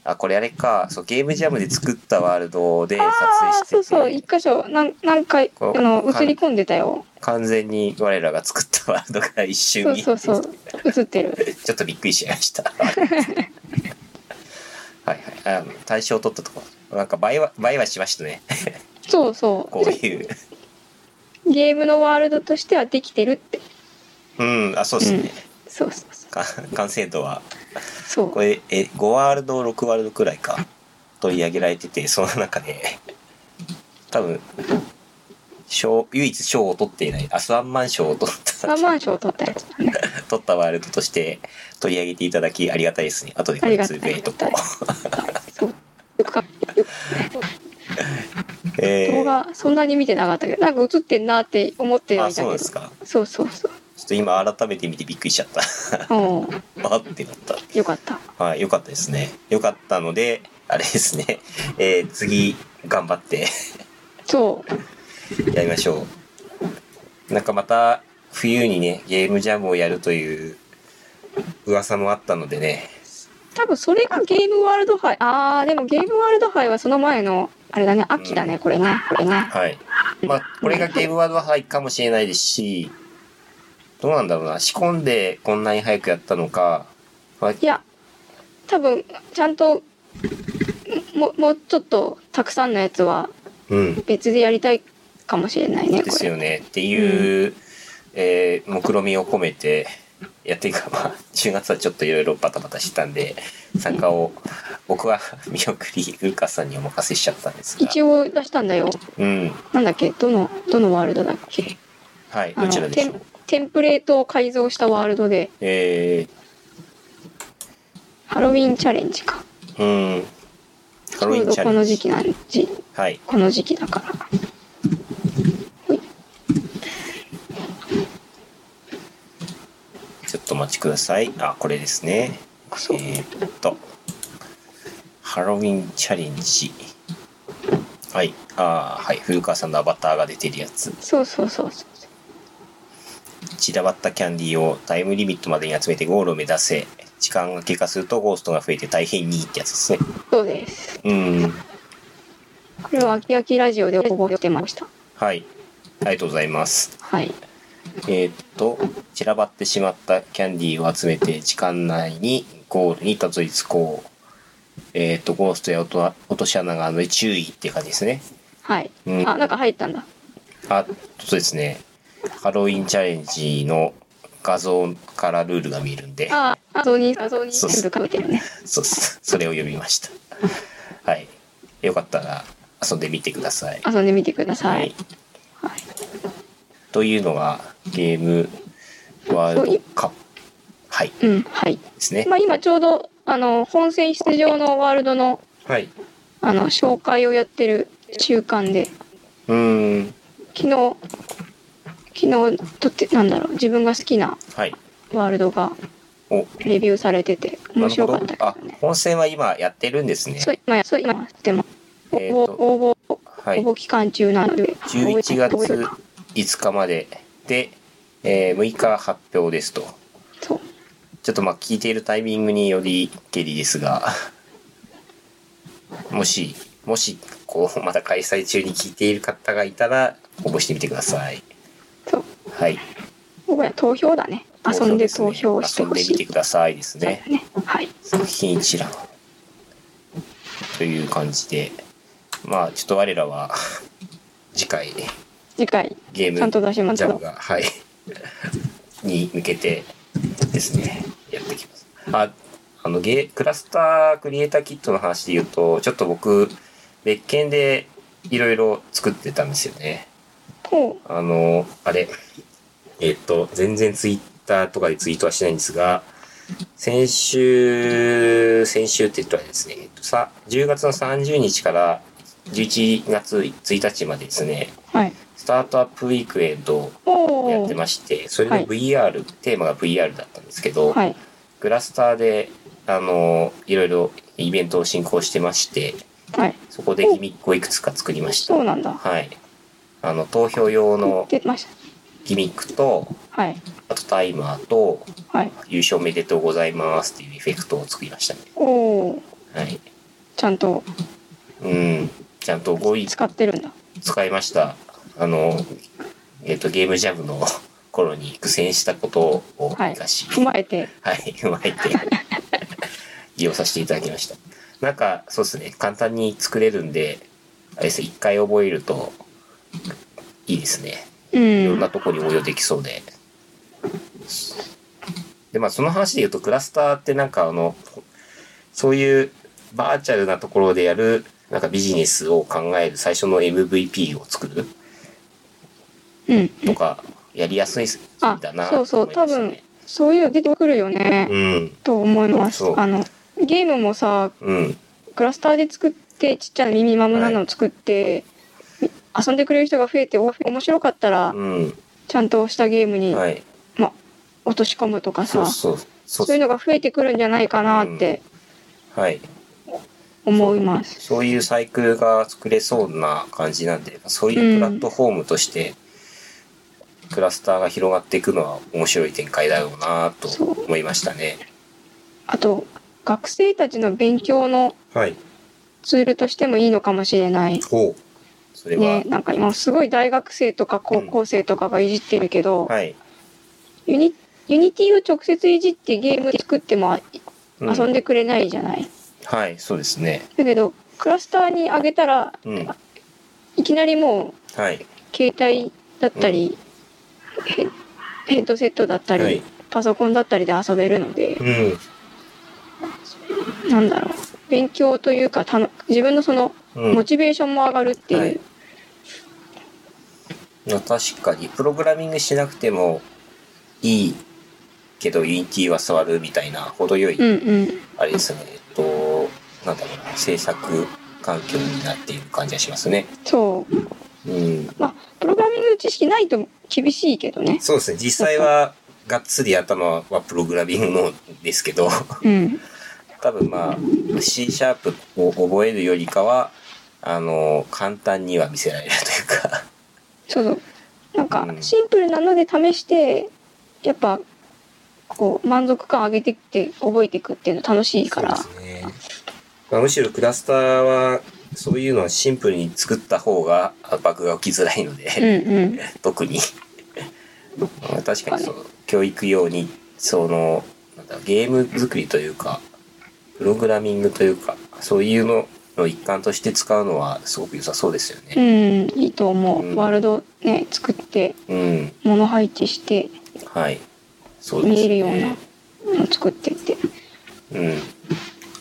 [SPEAKER 1] あ、これあれか、そう、ゲームジャムで作ったワールドで撮影
[SPEAKER 2] あ
[SPEAKER 1] し
[SPEAKER 2] あ、そうそう。
[SPEAKER 1] てて、
[SPEAKER 2] 一箇所、なん何回、あ
[SPEAKER 1] こう
[SPEAKER 2] の、映り込んでたよ。
[SPEAKER 1] 完全に我らが作ったワールドが一瞬
[SPEAKER 2] そう
[SPEAKER 1] に
[SPEAKER 2] そうそう。映ってる。
[SPEAKER 1] ちょっとびっくりしました。はいはい。あの、対象を取ったところ。なんか倍は、倍はしましたね。
[SPEAKER 2] そうそ
[SPEAKER 1] こういう。
[SPEAKER 2] う。ゲームのワールドとしてはできてるって。
[SPEAKER 1] うん、あ、そうですね。
[SPEAKER 2] そうそうそ
[SPEAKER 1] か完成度は。
[SPEAKER 2] う。そう。
[SPEAKER 1] これ、え、5ワールド、6ワールドくらいか。取り上げられてて、その中で、多分、賞、唯一賞を取っていない、アスワンマン賞を取った
[SPEAKER 2] サ、マンションを取ったやつだね。
[SPEAKER 1] 取ったワールドとして取り上げていただきありがたいですね。後でこ
[SPEAKER 2] あ
[SPEAKER 1] れ
[SPEAKER 2] りが
[SPEAKER 1] つ
[SPEAKER 2] たい
[SPEAKER 1] ぶやいとこう。
[SPEAKER 2] そう。よくかよく
[SPEAKER 1] えー
[SPEAKER 2] 動画、そんなに見てなかったけど、なんか映ってんなって思ってはい
[SPEAKER 1] あ、
[SPEAKER 2] たけ
[SPEAKER 1] そう
[SPEAKER 2] ど。
[SPEAKER 1] なんですか。
[SPEAKER 2] そうそうそう。
[SPEAKER 1] ちょっと今改めて見てびっくりしちゃった。
[SPEAKER 2] うん。
[SPEAKER 1] あってなった。
[SPEAKER 2] よかった。
[SPEAKER 1] はい、良かったですね。良かったので、あれですね。えー次、頑張って
[SPEAKER 2] そう。
[SPEAKER 1] やりましょう。なんかまた、冬にね、ゲームジャムをやるという噂もあったのでね。
[SPEAKER 2] 多分それがゲームワールド杯。ああ、でもゲームワールド杯はその前の、あれだね、秋だね、これね、これね。
[SPEAKER 1] はい。まあ、これがゲームワールド杯かもしれないですし、どうなんだろうな。仕込んでこんなに早くやったのか、まあ
[SPEAKER 2] いや、多分、ちゃんと、ももうちょっとたくさんのやつは
[SPEAKER 1] うん。
[SPEAKER 2] 別でやりたいかもしれないね、
[SPEAKER 1] で
[SPEAKER 2] こ
[SPEAKER 1] す
[SPEAKER 2] れ。
[SPEAKER 1] よね。っていう、えー目論見みを込めて、やっていうか、まあ、10月はちょっといろいろバタバタしてたんで、参加を、僕は見送り、ウルカさんにお任せしちゃったんですが。
[SPEAKER 2] 一応出したんだよ。
[SPEAKER 1] うん。
[SPEAKER 2] なんだっけどの、どのワールドだっけ
[SPEAKER 1] はい、
[SPEAKER 2] あ
[SPEAKER 1] どちら
[SPEAKER 2] の
[SPEAKER 1] でしょ
[SPEAKER 2] テ
[SPEAKER 1] う
[SPEAKER 2] ン。テンプレートを改造したワールドで、
[SPEAKER 1] え
[SPEAKER 2] ハロウィンチャレンジか。
[SPEAKER 1] ー、うん。
[SPEAKER 2] ち
[SPEAKER 1] ハ
[SPEAKER 2] ょ
[SPEAKER 1] ロウィ
[SPEAKER 2] う
[SPEAKER 1] ン
[SPEAKER 2] ど
[SPEAKER 1] チャ
[SPEAKER 2] こ
[SPEAKER 1] レン
[SPEAKER 2] の
[SPEAKER 1] ジ。
[SPEAKER 2] 時期なんじ、
[SPEAKER 1] はい。
[SPEAKER 2] この時期だから。
[SPEAKER 1] ちょっとお待ちください。あ、これですね。
[SPEAKER 2] そう
[SPEAKER 1] えーっと、ハロウィンチャレンジ。はい。あーはい。古川さんのアバターが出てるやつ。
[SPEAKER 2] そうそうそうそう。
[SPEAKER 1] 散らばったキャンディーをタイムリミットまでに集めてゴールを目指せ。時間が経過するとゴーストが増えて大変にいいってやつですね。
[SPEAKER 2] そうです。
[SPEAKER 1] うん。
[SPEAKER 2] これは秋秋ラジオで覚えてました。
[SPEAKER 1] はい。ありがとうございます。
[SPEAKER 2] はい。
[SPEAKER 1] えーっと、散らばってしまったキャンディーを集めて時間内にゴールにたどり着こう。えーっと、ゴーストや落と落とし穴があるので注意っていう感じですね。
[SPEAKER 2] はい。
[SPEAKER 1] うん
[SPEAKER 2] あ、なんか入ったんだ。
[SPEAKER 1] あそうですねハロウィンチャレンジの画像からルールが見えるんで
[SPEAKER 2] あ、画像に、画像に
[SPEAKER 1] そう
[SPEAKER 2] 全部かぶってるね。
[SPEAKER 1] そうっすそれを読みましたはいよかったら遊んでみてください、
[SPEAKER 2] 遊んでみてください。はい。
[SPEAKER 1] というのがゲームワールドカップはい
[SPEAKER 2] うん、はい。
[SPEAKER 1] ですね
[SPEAKER 2] まあ今ちょうど、あの、本戦出場のワールドの、
[SPEAKER 1] はい
[SPEAKER 2] あの、紹介をやってる週間で、
[SPEAKER 1] うーん
[SPEAKER 2] 昨日、昨日、とって、なんだろう、自分が好きな
[SPEAKER 1] はい
[SPEAKER 2] ワールドが
[SPEAKER 1] お
[SPEAKER 2] レビューされてて、面白かった
[SPEAKER 1] あ
[SPEAKER 2] けどね。
[SPEAKER 1] 本戦は今やってるんですね
[SPEAKER 2] そう、今や、そう、今やってます。応
[SPEAKER 1] えー
[SPEAKER 2] 募、
[SPEAKER 1] と
[SPEAKER 2] 応募、
[SPEAKER 1] はい
[SPEAKER 2] 応募期間中なので。
[SPEAKER 1] 11
[SPEAKER 2] 応
[SPEAKER 1] 月
[SPEAKER 2] 募
[SPEAKER 1] 5日までで、えー6日発表ですと
[SPEAKER 2] そう。
[SPEAKER 1] ちょっとまあ聞いているタイミングによりけりですが、 もし、もし、こう、まだ開催中に聞いている方がいたら、応募してみてください。
[SPEAKER 2] そう。
[SPEAKER 1] はい。
[SPEAKER 2] ここは投票だね。遊んで投票をして
[SPEAKER 1] 遊ん
[SPEAKER 2] ほ
[SPEAKER 1] で
[SPEAKER 2] し
[SPEAKER 1] みて
[SPEAKER 2] い。
[SPEAKER 1] くださいですね。
[SPEAKER 2] ね。はい。
[SPEAKER 1] 作品一覧。という感じで、まあ、ちょっと我らは、次回、
[SPEAKER 2] 次回、
[SPEAKER 1] ゲーム
[SPEAKER 2] ちゃんと出します
[SPEAKER 1] ジャムが、はい、 に向けてですね、やってきます。あ、あのゲークラスタークリエイターキットの話で言うと、ちょっと僕別件でいろいろ作ってたんですよね。
[SPEAKER 2] ほう。
[SPEAKER 1] あの、あれ、えっと、全然ツイッターとかでツイートはしないんですが、先週、先週って言ったらですね、えっと、さ10月の30日から11月1日までですね、
[SPEAKER 2] はい。
[SPEAKER 1] スタートアップウィークエンドをや
[SPEAKER 2] お
[SPEAKER 1] って
[SPEAKER 2] ー。
[SPEAKER 1] まして、それで VR、テーマが VR だったんですけど、
[SPEAKER 2] はい。
[SPEAKER 1] クラスターで、あの、いろいろイベントを進行してまして、
[SPEAKER 2] はい。
[SPEAKER 1] そこでギミックをいくつか作りました。
[SPEAKER 2] そうなんだ。
[SPEAKER 1] はい。あの、投票用の
[SPEAKER 2] 出まし
[SPEAKER 1] ギミックと、
[SPEAKER 2] た。はい。
[SPEAKER 1] あとタイマーと、
[SPEAKER 2] はい。
[SPEAKER 1] 優勝おめでとうございますっていうエフェクトを作りましたね。
[SPEAKER 2] おー。
[SPEAKER 1] はい。
[SPEAKER 2] ちゃんと
[SPEAKER 1] うん。ちゃんと5位
[SPEAKER 2] 使ってるんだ。
[SPEAKER 1] 使いました。あの、えっ、と、ゲームジャムの頃に苦戦したことを
[SPEAKER 2] は
[SPEAKER 1] 生
[SPEAKER 2] い。
[SPEAKER 1] かし、
[SPEAKER 2] 踏まえて。
[SPEAKER 1] はい、うまいって。利用させていただきました。なんか、そうですね、簡単に作れるんで、あれですね、一回覚えると、いいですね。
[SPEAKER 2] う
[SPEAKER 1] いろん
[SPEAKER 2] ん
[SPEAKER 1] な。とこに応用できそうで。で、まあ、その話で言うと、クラスターってなんか、あの、そういうバーチャルなところでやる、なんかビジネスを考える最初の MVP を作る
[SPEAKER 2] うん。
[SPEAKER 1] とか、やりやすいん
[SPEAKER 2] あ
[SPEAKER 1] だな、、
[SPEAKER 2] そうそう。多分、そういうの出てくるよね。
[SPEAKER 1] うん、
[SPEAKER 2] と思います
[SPEAKER 1] そう。
[SPEAKER 2] あの、ゲームもさ、
[SPEAKER 1] うん、
[SPEAKER 2] クラスターで作ってちっちゃなミニマムなのを作って、遊んでくれる人が増えてお面白かったら
[SPEAKER 1] う
[SPEAKER 2] ちゃんとしたゲームに、
[SPEAKER 1] ん、はい。
[SPEAKER 2] ま、落とし込むとか
[SPEAKER 1] そ
[SPEAKER 2] さ
[SPEAKER 1] う
[SPEAKER 2] そう
[SPEAKER 1] そう、そう
[SPEAKER 2] いうのが増えてくるんじゃないかなって
[SPEAKER 1] はい。
[SPEAKER 2] 思います。
[SPEAKER 1] そういうサイクルが作れそうな感じなんで、そういうプラットフォームとして、クラスターが広がっていくのは面白い展開だろうなと
[SPEAKER 2] そう
[SPEAKER 1] 思いましたね。
[SPEAKER 2] あと学生たちの勉強の
[SPEAKER 1] はい。
[SPEAKER 2] ツールとしてもいいのかもしれない。
[SPEAKER 1] ほう。それは、
[SPEAKER 2] ね、なんか今すごい大学生とか高校生とかがいじってるけど、
[SPEAKER 1] はい。
[SPEAKER 2] ユニユニティを直接いじってゲーム作っても
[SPEAKER 1] う
[SPEAKER 2] 遊んでくれないじゃない。
[SPEAKER 1] はい、そうですね。
[SPEAKER 2] だけどクラスターにあげたら
[SPEAKER 1] うん。
[SPEAKER 2] いきなりも
[SPEAKER 1] はい。
[SPEAKER 2] う携帯だったり、ヘヘッドセットだったり、
[SPEAKER 1] はい。
[SPEAKER 2] パソコンだったりで遊べるので、
[SPEAKER 1] うん。
[SPEAKER 2] なんだろう勉強というかたの自分のその
[SPEAKER 1] うん
[SPEAKER 2] モチベーションも上がるっていう、
[SPEAKER 1] はいまあ確かに、プログラミングしなくてもいいけど、Unity は触るみたいな、程よい、
[SPEAKER 2] うんうん
[SPEAKER 1] あれですね、えっと、なんだろうな、制作環境になっている感じがしますね。
[SPEAKER 2] そう
[SPEAKER 1] うん。
[SPEAKER 2] まあプログラミングの知識ないと厳しいけどね
[SPEAKER 1] そうですね、実際は、がっつり頭はプログラミングのですけど、
[SPEAKER 2] うん
[SPEAKER 1] 多分まあ、C シャープを覚えるよりかは、あの、簡単には見せられるというか、
[SPEAKER 2] そうそうなんか
[SPEAKER 1] うん
[SPEAKER 2] シンプルなので試してやっぱこう満足感上げてって覚えていくっていうの楽しいから
[SPEAKER 1] そうですね。まあ、むしろクラスターは、そういうのはシンプルに作った方があバグが起きづらいの
[SPEAKER 2] うん
[SPEAKER 1] で、
[SPEAKER 2] うん
[SPEAKER 1] 特に。まあ 確かにそう、教育用に、その、なんだゲーム作りというか、プログラミングというか、そういうのの一環として使うのはすごく良さそうですよ
[SPEAKER 2] う
[SPEAKER 1] ね。
[SPEAKER 2] んいいと思う、
[SPEAKER 1] うん
[SPEAKER 2] ワールドね作って
[SPEAKER 1] うん。
[SPEAKER 2] 物配置して
[SPEAKER 1] はい。そうですね。
[SPEAKER 2] 見えるようなの作ってって
[SPEAKER 1] うん。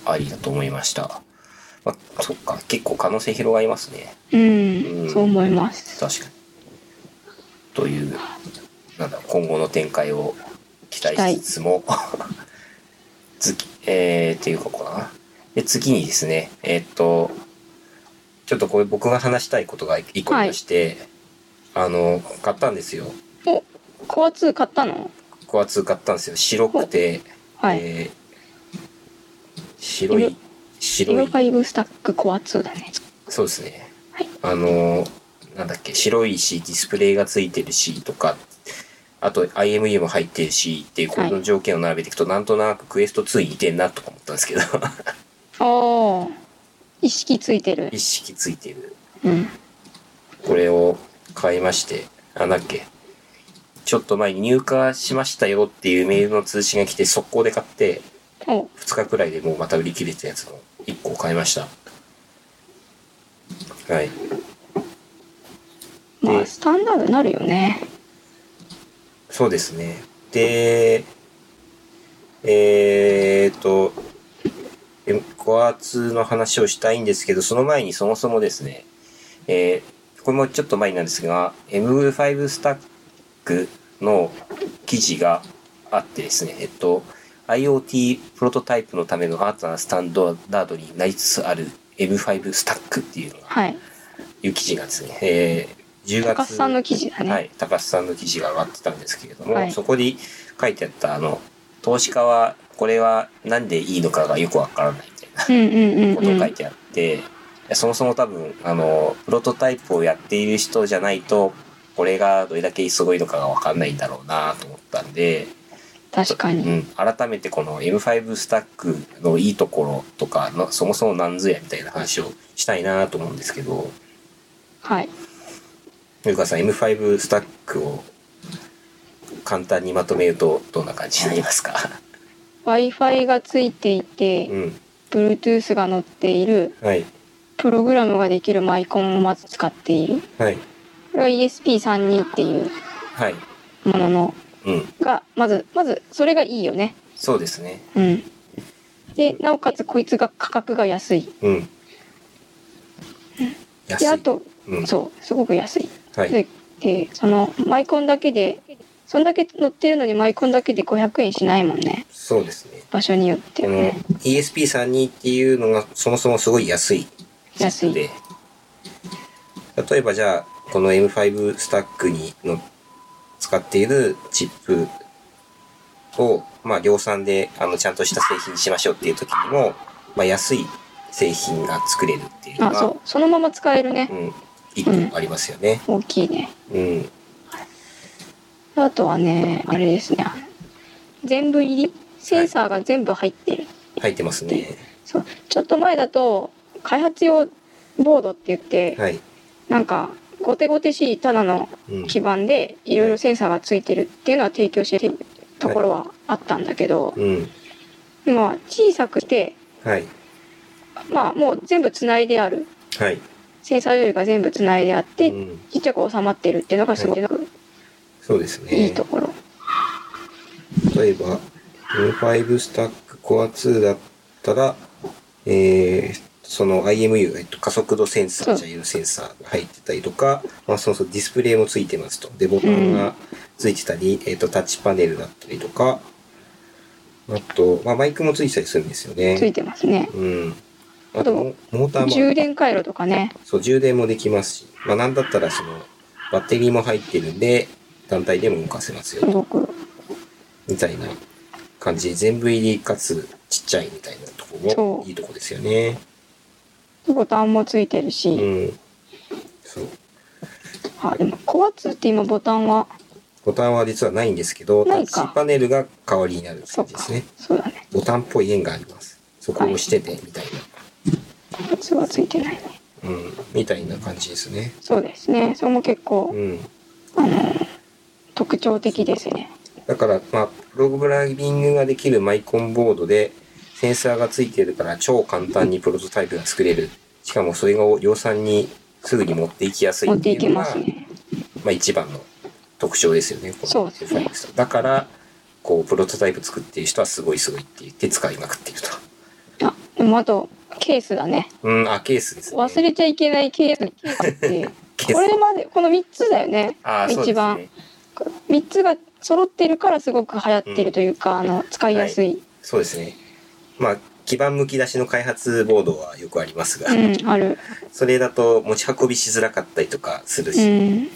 [SPEAKER 1] ありだと思いました。まあ、そっか、結構可能性広がりますね。
[SPEAKER 2] うん、
[SPEAKER 1] うん
[SPEAKER 2] そう思います
[SPEAKER 1] 確かに。という、なんだろう、今後の展開を期待しつつも、 次、えー、っていうかこうかな。で、次にですね、えーっと、ちょっとこれ僕が話したいことが一個ありまして、あの、買ったんですよ。
[SPEAKER 2] おコア2買ったの
[SPEAKER 1] コア2買ったんですよ。白くて、
[SPEAKER 2] はい、
[SPEAKER 1] えー白い
[SPEAKER 2] 色、
[SPEAKER 1] 白い。
[SPEAKER 2] M5 スタックコア2だね
[SPEAKER 1] そうですね。
[SPEAKER 2] はい
[SPEAKER 1] あのー、なんだっけ、白いし、ディスプレイがついてるしとか、あと IMU も入ってるしっていう、こ
[SPEAKER 2] は
[SPEAKER 1] の
[SPEAKER 2] い
[SPEAKER 1] 条件を並べていくと、なんとなくクエスト2に似てんなとか思ったんですけど、
[SPEAKER 2] おー意識ついてる
[SPEAKER 1] 一式ついてる。
[SPEAKER 2] うん
[SPEAKER 1] これを買いまして、あ、なんだっけ、ちょっと前に入荷しましたよっていうメールの通信が来て、速攻で買って、
[SPEAKER 2] お
[SPEAKER 1] 2日くらいでもうまた売り切れたやつの1個を買いました。はい。
[SPEAKER 2] ま
[SPEAKER 1] で
[SPEAKER 2] あスタンダードになるよね
[SPEAKER 1] そうですね。で、えー、っと、えコア2の話をしたいんですけど、その前にそもそもですね、えーこれもちょっと前になんですが、M5 スタックの記事があってですね、えっと、IoT プロトタイプのための新たなスタンダードになりつつある M5 スタックっていうのが、
[SPEAKER 2] はい
[SPEAKER 1] いう記事がですね、えー10月。
[SPEAKER 2] 高須さんの記事だね、
[SPEAKER 1] はい、高須さんの記事が上がってたんですけれども、
[SPEAKER 2] はい
[SPEAKER 1] そこに書いてあったあの投資家はこれは何でいいのかがよくわからないみたいな
[SPEAKER 2] うんうんうん
[SPEAKER 1] こと
[SPEAKER 2] う
[SPEAKER 1] を
[SPEAKER 2] ん
[SPEAKER 1] 書いてあって、いやそもそも多分あのプロトタイプをやっている人じゃないとこれがどれだけすごいのかがわかんないんだろうなと思ったんで、
[SPEAKER 2] 確か
[SPEAKER 1] う
[SPEAKER 2] に
[SPEAKER 1] ん、改めてこの M5 スタックのいいところとかのそもそもなんぞやみたいな話をしたいなと思うんですけど。
[SPEAKER 2] はい
[SPEAKER 1] ゆうかさん M5 スタックを簡単にまとめるとどんな感じになりますか
[SPEAKER 2] w i f i がついていて、
[SPEAKER 1] うん。
[SPEAKER 2] Bluetooth が載っている
[SPEAKER 1] はい。
[SPEAKER 2] プログラムができるマイコンをまず使っている
[SPEAKER 1] はい。
[SPEAKER 2] これは ESP32 っていう
[SPEAKER 1] はい。
[SPEAKER 2] ものの
[SPEAKER 1] うん。
[SPEAKER 2] がまずまずそれがいいよね
[SPEAKER 1] そうですね。
[SPEAKER 2] うんでなおかつこいつが価格が安い
[SPEAKER 1] うん。安い。
[SPEAKER 2] であと、
[SPEAKER 1] うん。
[SPEAKER 2] そうすごく安い、
[SPEAKER 1] はい。
[SPEAKER 2] ででそのマイコンだけでそんだけ載ってるのにマイコンだけで500円しないもんね
[SPEAKER 1] そうですね。
[SPEAKER 2] 場所によって
[SPEAKER 1] こ
[SPEAKER 2] は
[SPEAKER 1] の
[SPEAKER 2] ね
[SPEAKER 1] ESP32 っていうのがそもそもすごい安い
[SPEAKER 2] 安い
[SPEAKER 1] で、例えばじゃあ、この M5 スタックにの使っているチップを、まあ、量産で、あの、ちゃんとした製品にしましょうっていう時にも、まあ、安い製品が作れるっていうの
[SPEAKER 2] あ
[SPEAKER 1] が、
[SPEAKER 2] そうそのまま使えるね
[SPEAKER 1] うん、一個ありますよね。
[SPEAKER 2] 大きいね
[SPEAKER 1] うん。
[SPEAKER 2] あとはねあれですね全部入りセンサーが全部入ってる、
[SPEAKER 1] 入ってますね。
[SPEAKER 2] そうちょっと前だと開発用ボードって言って、
[SPEAKER 1] はい。
[SPEAKER 2] なんかゴテゴテしいただの
[SPEAKER 1] うん。
[SPEAKER 2] 基盤でいろいろセンサーがついてるっていうのは提供してるところはあったんだけど、
[SPEAKER 1] うん。
[SPEAKER 2] 今は小さくて
[SPEAKER 1] はい。
[SPEAKER 2] まあもう全部つないである
[SPEAKER 1] はい。
[SPEAKER 2] センサーよりが全部つないであって、
[SPEAKER 1] うん、
[SPEAKER 2] ちっちゃく収まってるっていうのがすごく
[SPEAKER 1] そうですね。
[SPEAKER 2] いいところ、
[SPEAKER 1] 例例えば、M5 スタックコア2だったら、えーその IMU、えっと加速度センサ
[SPEAKER 2] そ
[SPEAKER 1] ー、
[SPEAKER 2] う
[SPEAKER 1] ジャイロセンサーが入ってたりとか、まあ、そうそうディスプレイもついてますと。で、ボタンがついてたり、えっとタッチパネルだったりとか、あと、まあ、マイクもついてたりするんですよね。
[SPEAKER 2] ついてますね。
[SPEAKER 1] うん。あ
[SPEAKER 2] あと
[SPEAKER 1] とモ、モーターもある
[SPEAKER 2] 充電回路とかね。
[SPEAKER 1] そう、充電もできますし、まあ、なんだったらその、バッテリーも入ってるんで、単体でも動かせます
[SPEAKER 2] す
[SPEAKER 1] よ、
[SPEAKER 2] ごく。
[SPEAKER 1] みたいな感じで、全部入りかつちっちゃいみたいなとこも
[SPEAKER 2] そう
[SPEAKER 1] いいとこですよね。
[SPEAKER 2] ボタンもついてる
[SPEAKER 1] う
[SPEAKER 2] し。
[SPEAKER 1] ん。そう。
[SPEAKER 2] あ、でも、コア2って今ボタンは、
[SPEAKER 1] ボタンは実はないんですけど、タ
[SPEAKER 2] ない
[SPEAKER 1] ッ
[SPEAKER 2] か
[SPEAKER 1] チパネルが代わりになる感
[SPEAKER 2] そう
[SPEAKER 1] じ
[SPEAKER 2] か
[SPEAKER 1] ですね。。
[SPEAKER 2] そうだね。
[SPEAKER 1] ボタンっぽい円があります。そこを押してて、みたい
[SPEAKER 2] コア2はついてないね。
[SPEAKER 1] な。うん。みたいな感じですね。
[SPEAKER 2] そうですね。それも結構
[SPEAKER 1] うん。
[SPEAKER 2] 特徴的ですね。
[SPEAKER 1] だから、まあ、プログラミングができるマイコンボードで、センサーがついてるから超簡単にプロトタイプが作れる。しかもそれを量産にすぐに持っていきやすい
[SPEAKER 2] 持
[SPEAKER 1] っ
[SPEAKER 2] っ
[SPEAKER 1] て
[SPEAKER 2] てい
[SPEAKER 1] い
[SPEAKER 2] け
[SPEAKER 1] うの
[SPEAKER 2] ま
[SPEAKER 1] が、
[SPEAKER 2] すね。
[SPEAKER 1] まあ一番の特徴ですよね。この
[SPEAKER 2] そうですね
[SPEAKER 1] F5 だから、こう、プロトタイプ作ってる人はすごいすごいって言って使いまくっていると。
[SPEAKER 2] あ、でもあと、ケースだね。
[SPEAKER 1] うん、あ、ケースですね。
[SPEAKER 2] 忘れちゃいけないケース。ケースって。
[SPEAKER 1] ケース
[SPEAKER 2] これまで、この3つだよね。
[SPEAKER 1] あーそう
[SPEAKER 2] 一
[SPEAKER 1] です
[SPEAKER 2] 番
[SPEAKER 1] ね。
[SPEAKER 2] 3つが揃ってるからすごく流行ってるというか、あの、使いやすい。
[SPEAKER 1] そうですね。まあ、基盤むき出しの開発ボードはよくありますが、
[SPEAKER 2] うん、ある。
[SPEAKER 1] それだと持ち運びしづらかったりとかする
[SPEAKER 2] う
[SPEAKER 1] し、
[SPEAKER 2] ん。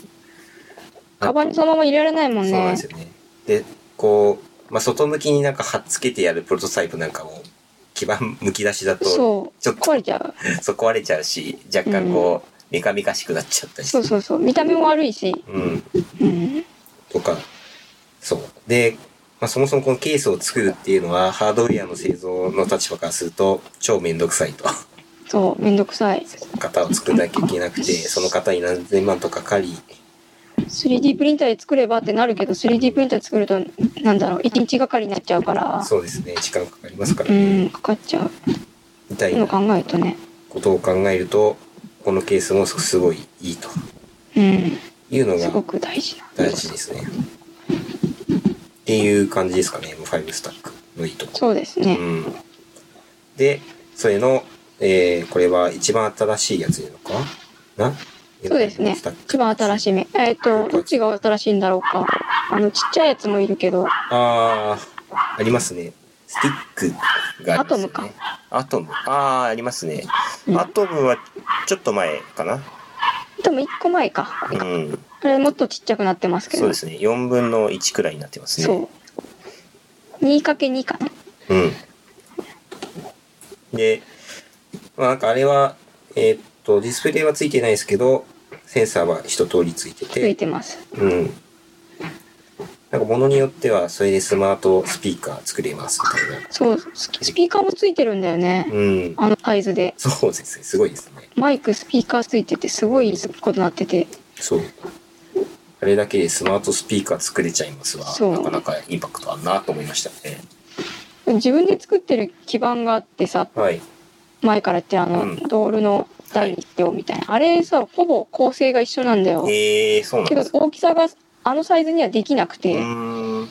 [SPEAKER 2] カバンにそのまま入れられないもん
[SPEAKER 1] そうなん
[SPEAKER 2] ね
[SPEAKER 1] です。よね。で、こう、まあ、外向きになんか貼っつけてやるプロトタイプなんかも、基盤むき出しだと、
[SPEAKER 2] そう。
[SPEAKER 1] ちょっと
[SPEAKER 2] 壊れちゃう。
[SPEAKER 1] そう壊れちゃうし、若干こう、メカメカしくなっちゃったりす
[SPEAKER 2] そう
[SPEAKER 1] る。
[SPEAKER 2] そうそう。見た目も悪いし。
[SPEAKER 1] うん。
[SPEAKER 2] うん。
[SPEAKER 1] とか、そう。で、まあ、そもそもこのケースを作るっていうのは、ハードウェアの製造の立場からすると、超めんどくさいと。
[SPEAKER 2] そう。めんどくさい。
[SPEAKER 1] 型を作らなきゃいけなくて、その型に何千万とかかり、
[SPEAKER 2] 3D プリンターで作ればってなるけど、3D プリンターで作ると、なんだろう、1日がかりになっちゃうから。
[SPEAKER 1] そうですね、時間かかりますから
[SPEAKER 2] う
[SPEAKER 1] ね
[SPEAKER 2] ん、。かかっちゃう。
[SPEAKER 1] みたい
[SPEAKER 2] の
[SPEAKER 1] な
[SPEAKER 2] 考えるとね。
[SPEAKER 1] ことを考えると、このケースもすごいいいと
[SPEAKER 2] うん。
[SPEAKER 1] いうの
[SPEAKER 2] すご
[SPEAKER 1] が
[SPEAKER 2] く大事な。
[SPEAKER 1] 大事ですね。っていう感じですかね、M5 スタックのいいとこ。
[SPEAKER 2] そうです
[SPEAKER 1] う
[SPEAKER 2] ね。
[SPEAKER 1] ん。で、それの、えー、これは一番新しいやつなのかな
[SPEAKER 2] そうですね
[SPEAKER 1] スタック。
[SPEAKER 2] 一番新しめ。えっ、と、どっちが新しいんだろうか。あの、ちっちゃいやつもいるけど、
[SPEAKER 1] ああ、ありますね。スティックがありますよね。
[SPEAKER 2] アトムか。
[SPEAKER 1] アトム。ああー、ありますね。
[SPEAKER 2] うん
[SPEAKER 1] アトムはちょっと前かな。
[SPEAKER 2] でも1個前か。
[SPEAKER 1] うん。
[SPEAKER 2] あれもっとちっちゃくなってますけど。
[SPEAKER 1] そうですね。4分の1くらいになってますね。
[SPEAKER 2] そう。2×2 かな。
[SPEAKER 1] う。ん。で、まあなんかあれは、えーっと、ディスプレイはついてないですけど、センサーは一通りついて
[SPEAKER 2] つい
[SPEAKER 1] て、
[SPEAKER 2] てます。
[SPEAKER 1] うん。なんか物によっては、それでスマートスピーカー作れますみたいな。
[SPEAKER 2] そう、ススピーカーもついてるんだよね。
[SPEAKER 1] うん。
[SPEAKER 2] あのサイズで。
[SPEAKER 1] そうですね。すごいですね。
[SPEAKER 2] マイク、スピーカーついてて、すごいことなってて。
[SPEAKER 1] そう。あれだけでスマートスピーカー作れちゃいますわ。
[SPEAKER 2] そう
[SPEAKER 1] なかなかインパクトあんなと思いましたね。
[SPEAKER 2] 自分で作ってる基板があってさ、
[SPEAKER 1] はい。
[SPEAKER 2] 前からってあの、
[SPEAKER 1] うん
[SPEAKER 2] ドールの第一章みたいな。あれさ、ほぼ構成が一緒なんだよ。
[SPEAKER 1] ええー、そうなん
[SPEAKER 2] けど
[SPEAKER 1] ですか。
[SPEAKER 2] 大きさがあのサイズにはできなく
[SPEAKER 1] う
[SPEAKER 2] て、
[SPEAKER 1] ーん。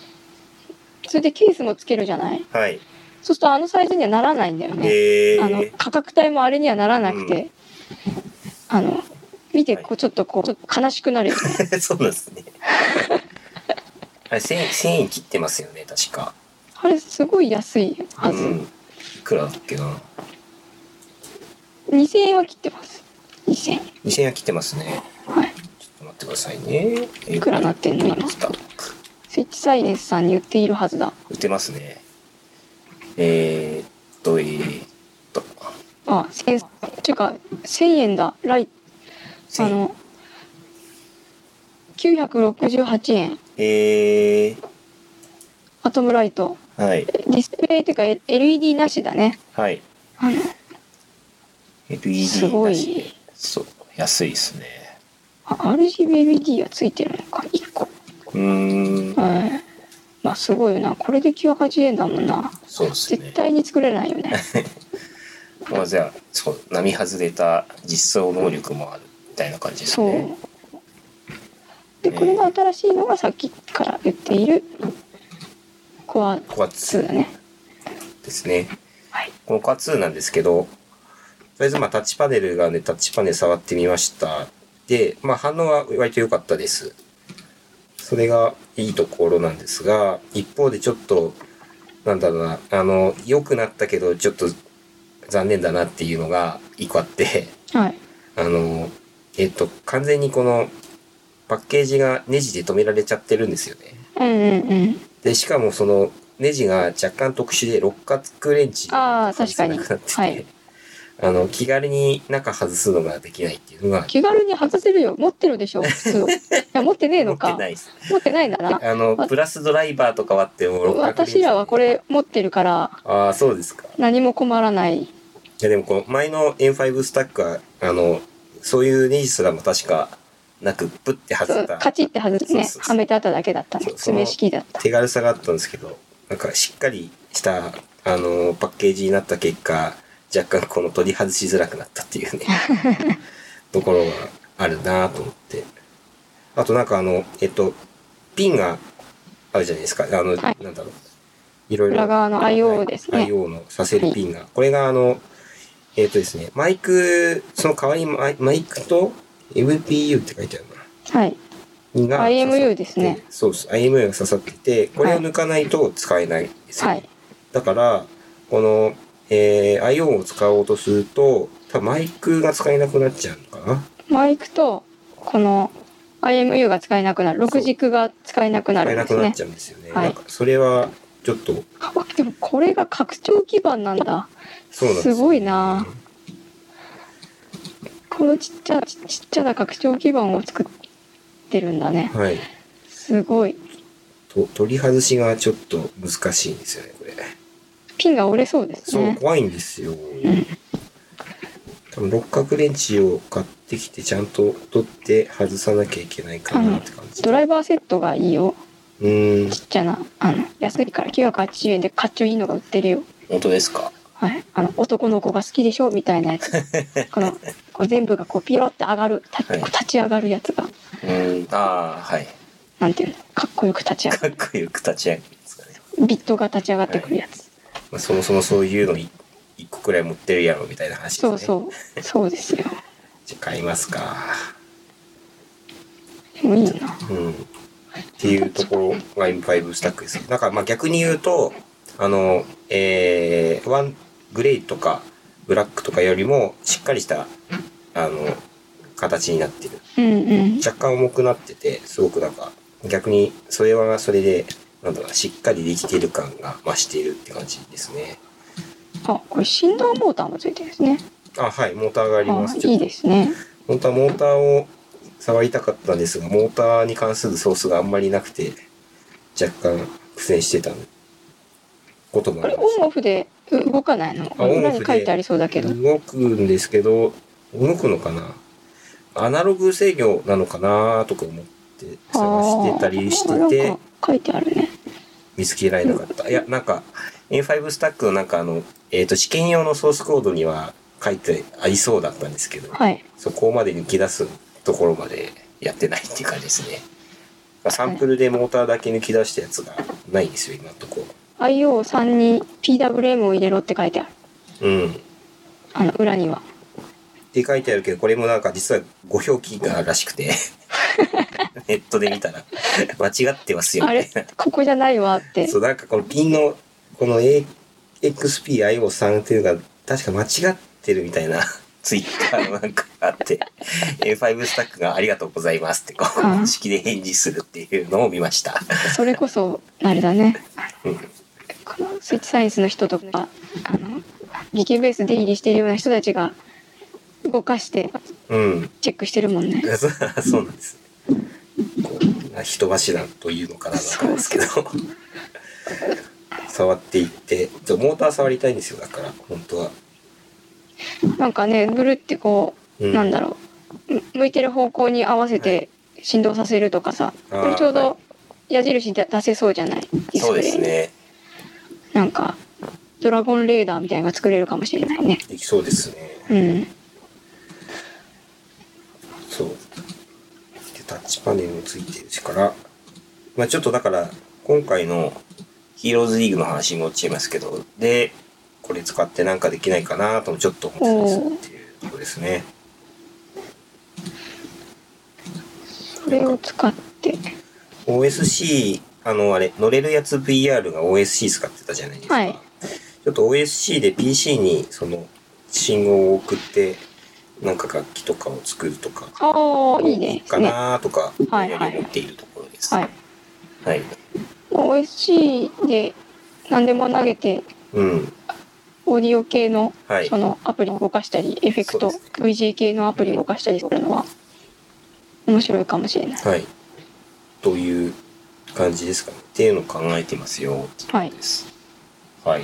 [SPEAKER 2] それでケースもつけるじゃない
[SPEAKER 1] はい。
[SPEAKER 2] そうするとあのサイズにはならないんだよね。
[SPEAKER 1] ええ
[SPEAKER 2] あの
[SPEAKER 1] ー。
[SPEAKER 2] 価格帯もあれにはならなくて、あの見てこうちょっとこうちょっと悲しくなるよ ね
[SPEAKER 1] そうなんですね。あれ、千千円切ってますよね、確か。
[SPEAKER 2] あれすごい安いはず、
[SPEAKER 1] うん。いくらだっけな。
[SPEAKER 2] 2000円は切ってます2000円
[SPEAKER 1] 二千円切ってますね。
[SPEAKER 2] はい
[SPEAKER 1] ちょっと待ってくださいね。い
[SPEAKER 2] いくらなってんの今
[SPEAKER 1] スタック。
[SPEAKER 2] スイッチサイレンスさんに言っているはずだ
[SPEAKER 1] 売ってますね。えー、っと、えー、っと。
[SPEAKER 2] あ千っていうか1000円だライあ
[SPEAKER 1] 千円
[SPEAKER 2] の968円
[SPEAKER 1] ええ
[SPEAKER 2] アトムライト
[SPEAKER 1] ー、はい。
[SPEAKER 2] ディスプレイっていうか LED なしだね
[SPEAKER 1] はい。
[SPEAKER 2] あの
[SPEAKER 1] LED
[SPEAKER 2] すごい
[SPEAKER 1] だしねそう、安いですね。
[SPEAKER 2] あ RGBLED はついてるのか1個
[SPEAKER 1] うーん、
[SPEAKER 2] はいまあすごいよなこれで980円だもんな
[SPEAKER 1] そうです
[SPEAKER 2] 絶
[SPEAKER 1] ね。
[SPEAKER 2] 対に作れないよ ね
[SPEAKER 1] まあ、じゃあ、そう、並外れた実装能力もあるみたいな感じです
[SPEAKER 2] そう
[SPEAKER 1] ね。
[SPEAKER 2] でこれが新しいのがさっきから言っているコア
[SPEAKER 1] コア
[SPEAKER 2] 2
[SPEAKER 1] 2
[SPEAKER 2] だね。
[SPEAKER 1] ですね。
[SPEAKER 2] はい。
[SPEAKER 1] このコア2なんですけど、とりあえずまあタッチパネルがね、タッチパネル触ってみました。で、まあ反応は割と良かったです。それがいいところなんですが、一方でちょっと、なんだろうな、あの、良くなったけど、ちょっと残念だなっていうのが一個あって、
[SPEAKER 2] はい。
[SPEAKER 1] あの、えっと、完全にこのパッケージがネジで止められちゃってるんですよね。
[SPEAKER 2] うんうんうん。
[SPEAKER 1] で、しかもそのネジが若干特殊で六角レンチ
[SPEAKER 2] ああ、確かに。
[SPEAKER 1] なくなってて、
[SPEAKER 2] はい。
[SPEAKER 1] あの、気軽に中外すのができないっていうのが、
[SPEAKER 2] 気軽に外せるよ。持ってるでしょ、普通。いや、持ってねえ
[SPEAKER 1] 持
[SPEAKER 2] の
[SPEAKER 1] って
[SPEAKER 2] か。
[SPEAKER 1] ないです。
[SPEAKER 2] 持ってないんだな。
[SPEAKER 1] あの、
[SPEAKER 2] わ
[SPEAKER 1] プラスドライバーとかはあっても六角レンチ
[SPEAKER 2] 私らはこ。れ持ってるから、
[SPEAKER 1] ああ、そうですか。
[SPEAKER 2] 何も困らない。
[SPEAKER 1] いや、でもこの前の M5 スタックは、あの、そういうネジすらも確かなく、プッて外
[SPEAKER 2] そ
[SPEAKER 1] せ
[SPEAKER 2] う
[SPEAKER 1] た。
[SPEAKER 2] カチって外してね
[SPEAKER 1] そうそうそう
[SPEAKER 2] はめてあっただけだったね
[SPEAKER 1] そうその
[SPEAKER 2] 爪式だった
[SPEAKER 1] 手軽さがあったんですけどなんかしっかりしたあのパッケージになった結果若干この取り外しづらくなったっていう ねところがあるなと思ってあとなんかあのえっとピンがあるじゃないですかあの、
[SPEAKER 2] はい
[SPEAKER 1] なんだろういろいろ
[SPEAKER 2] 裏側の IO ですね、
[SPEAKER 1] はい IO のさせるピンが、これがあのえっとですねマイクその代わりにマイマイクと MPU って書いてあるな
[SPEAKER 2] はい
[SPEAKER 1] が
[SPEAKER 2] IMU ですね。
[SPEAKER 1] そうです。IMU が刺さってて、これを抜かないと使えないんですよ、
[SPEAKER 2] はい
[SPEAKER 1] だから、この、えー、IO を使おうとすると、多分マイクが使えなくなっちゃうのかな
[SPEAKER 2] マイクとこの IMU が使えなくなる
[SPEAKER 1] そう
[SPEAKER 2] 6軸が使えなくな
[SPEAKER 1] 使
[SPEAKER 2] る
[SPEAKER 1] え
[SPEAKER 2] ん
[SPEAKER 1] な
[SPEAKER 2] で
[SPEAKER 1] く
[SPEAKER 2] す
[SPEAKER 1] なっ
[SPEAKER 2] ね
[SPEAKER 1] ちゃうんですよね。
[SPEAKER 2] はい
[SPEAKER 1] なんか、それは、ちょっと、
[SPEAKER 2] あでもこれが拡張基板なんだ
[SPEAKER 1] そうなんですよね
[SPEAKER 2] すごいなこのちっちゃちちっちゃな拡張基板を作ってるんだね
[SPEAKER 1] はい。
[SPEAKER 2] すごい
[SPEAKER 1] と、取り外しがちょっと難しいんですよね、これ。
[SPEAKER 2] ピンが折れそうです
[SPEAKER 1] そう、
[SPEAKER 2] ね
[SPEAKER 1] 怖いんですよ。多分六角レンチを買ってきて、ちゃんと取って外さなきゃいけないかなって感じ。
[SPEAKER 2] ドライバーセットがいいよ
[SPEAKER 1] うーん。
[SPEAKER 2] ちっちゃなあの安いから980円でかっちょいいのが売ってるよ
[SPEAKER 3] 本当ですか
[SPEAKER 2] はい、あの男の子が好きでしょみたい なやつこのこう全部がこうピロって上がる立
[SPEAKER 3] はい
[SPEAKER 2] 立ち上がるやつが
[SPEAKER 3] うん。ああ、はい。
[SPEAKER 2] なんていうのかっこよく立ち上が
[SPEAKER 3] かっこよく立ち上げるんですかね。
[SPEAKER 2] るビットが立ち上がってくるやつ、
[SPEAKER 1] まあ、そもそもそういうのい一個くらい持ってるやろみたいな話ですね。
[SPEAKER 2] そう
[SPEAKER 1] う。
[SPEAKER 2] そうそうですよ
[SPEAKER 1] じゃあ買いますか。
[SPEAKER 2] でもいいな
[SPEAKER 1] うん。っていうところが M5 スタックです。だからまあ逆に言うと、あの、えー、ワングレイとかブラックとかよりもしっかりした、あの、形になってる。
[SPEAKER 2] うんうん
[SPEAKER 1] 若干重くなってて、すごくなんか、逆にそれはそれで、なんだろうな、しっかりできてる感が増しているって感じですね。
[SPEAKER 2] あこれ振動モーターもついてるんですね
[SPEAKER 1] あ、はい、モーターがありま
[SPEAKER 2] あ
[SPEAKER 1] す。
[SPEAKER 2] いいですね
[SPEAKER 1] 本当はモーターを触りたかったんですがモーターに関するソースがあんまりなくて若干苦戦してたことも
[SPEAKER 2] こ
[SPEAKER 1] あ
[SPEAKER 2] れ
[SPEAKER 1] りまし
[SPEAKER 2] オンオフでう動かないの
[SPEAKER 1] あオンオフで
[SPEAKER 2] 裏に書いてありそうだけ
[SPEAKER 1] た
[SPEAKER 2] ど
[SPEAKER 1] 動くんですけど動くのかなアナログ制御なのかなとか思って探してたりし
[SPEAKER 2] あーな
[SPEAKER 1] て
[SPEAKER 2] ん
[SPEAKER 1] て
[SPEAKER 2] か書いてあるね
[SPEAKER 1] 見つけられなかったいやなんか A5 スタックのなんかあの、えー、と試験用のソースコードには書いてありそうだったんですけど
[SPEAKER 2] はい
[SPEAKER 1] そこまで抜き出すところまでやってないっていう感じですね。サンプルでモーターだけ抜き出したやつがないんですよ、今のとこ
[SPEAKER 2] IO3 に PWM を入れろって書いてある
[SPEAKER 1] うん。っ
[SPEAKER 2] あの裏には
[SPEAKER 1] て書いてあるけど、これもなんか実はご表記があるらしくて、 ネットで見たら、間違ってますよ、
[SPEAKER 2] あ
[SPEAKER 1] み
[SPEAKER 2] れ
[SPEAKER 1] たい
[SPEAKER 2] ここじゃないわって
[SPEAKER 1] な。そう、なんかこのピンの、この AXPIO3 っていうのが確か間違ってるみたいな。 ツイッターのなんかがあって、A5 スタックがありがとうございますって、こう、
[SPEAKER 2] うん
[SPEAKER 1] 公式で返事するっていうのを見ました。
[SPEAKER 2] それこそあれだね
[SPEAKER 1] うん
[SPEAKER 2] このスイッチサイエンスの人とかあの理系ベース出入りしているような人たちが動かして
[SPEAKER 1] うん。
[SPEAKER 2] チェックしてるもんね
[SPEAKER 1] そうそうなんです。こう人柱というのかななんかですけど。触っていって、ちょモーター触りたいんですよ、だから、本当は。
[SPEAKER 2] なんかねぐるってこう、
[SPEAKER 1] うん
[SPEAKER 2] なんだろうむ向いてる方向に合わせて振動させるとかさ、
[SPEAKER 1] あー
[SPEAKER 2] これちょう
[SPEAKER 1] は
[SPEAKER 2] ど矢印で出せそうじゃないディス
[SPEAKER 3] そうで
[SPEAKER 2] プレイ
[SPEAKER 3] すね。
[SPEAKER 2] なんかドラゴンレーダーみたいなのが作れるかもしれないね
[SPEAKER 1] できそうですね。
[SPEAKER 2] うん
[SPEAKER 1] そう。で、タッチパネルもついてるしから、まあちょっとだから、今回のヒーローズリーグの話に落ちますけど、で、これ使ってなんかできないかなともちょっと思ってたりするっていうとこですね。
[SPEAKER 2] それを使って。
[SPEAKER 1] OSC、あの、あれ、乗れるやつ VR が OSC 使ってたじゃないですか。
[SPEAKER 2] はい
[SPEAKER 1] ちょっと OSC で PC にその信号を送って、なんか楽器とかを作るとか、
[SPEAKER 2] ああ、いいね。
[SPEAKER 1] か
[SPEAKER 2] ね
[SPEAKER 1] なとか、
[SPEAKER 2] はい
[SPEAKER 1] やり持っているところです。
[SPEAKER 2] はい。
[SPEAKER 1] はい。
[SPEAKER 2] OSC で何でも投げて、
[SPEAKER 1] うん。
[SPEAKER 2] オーディオ系の
[SPEAKER 1] はい
[SPEAKER 2] そ。のアプリを動かしたり、エフェクト、
[SPEAKER 1] そう
[SPEAKER 2] VJ 系のアプリを動かしたりするのは面白いかもしれない。
[SPEAKER 1] はい。という感じですかね。っていうのを考えてますよ。
[SPEAKER 2] はい。
[SPEAKER 1] です。はい。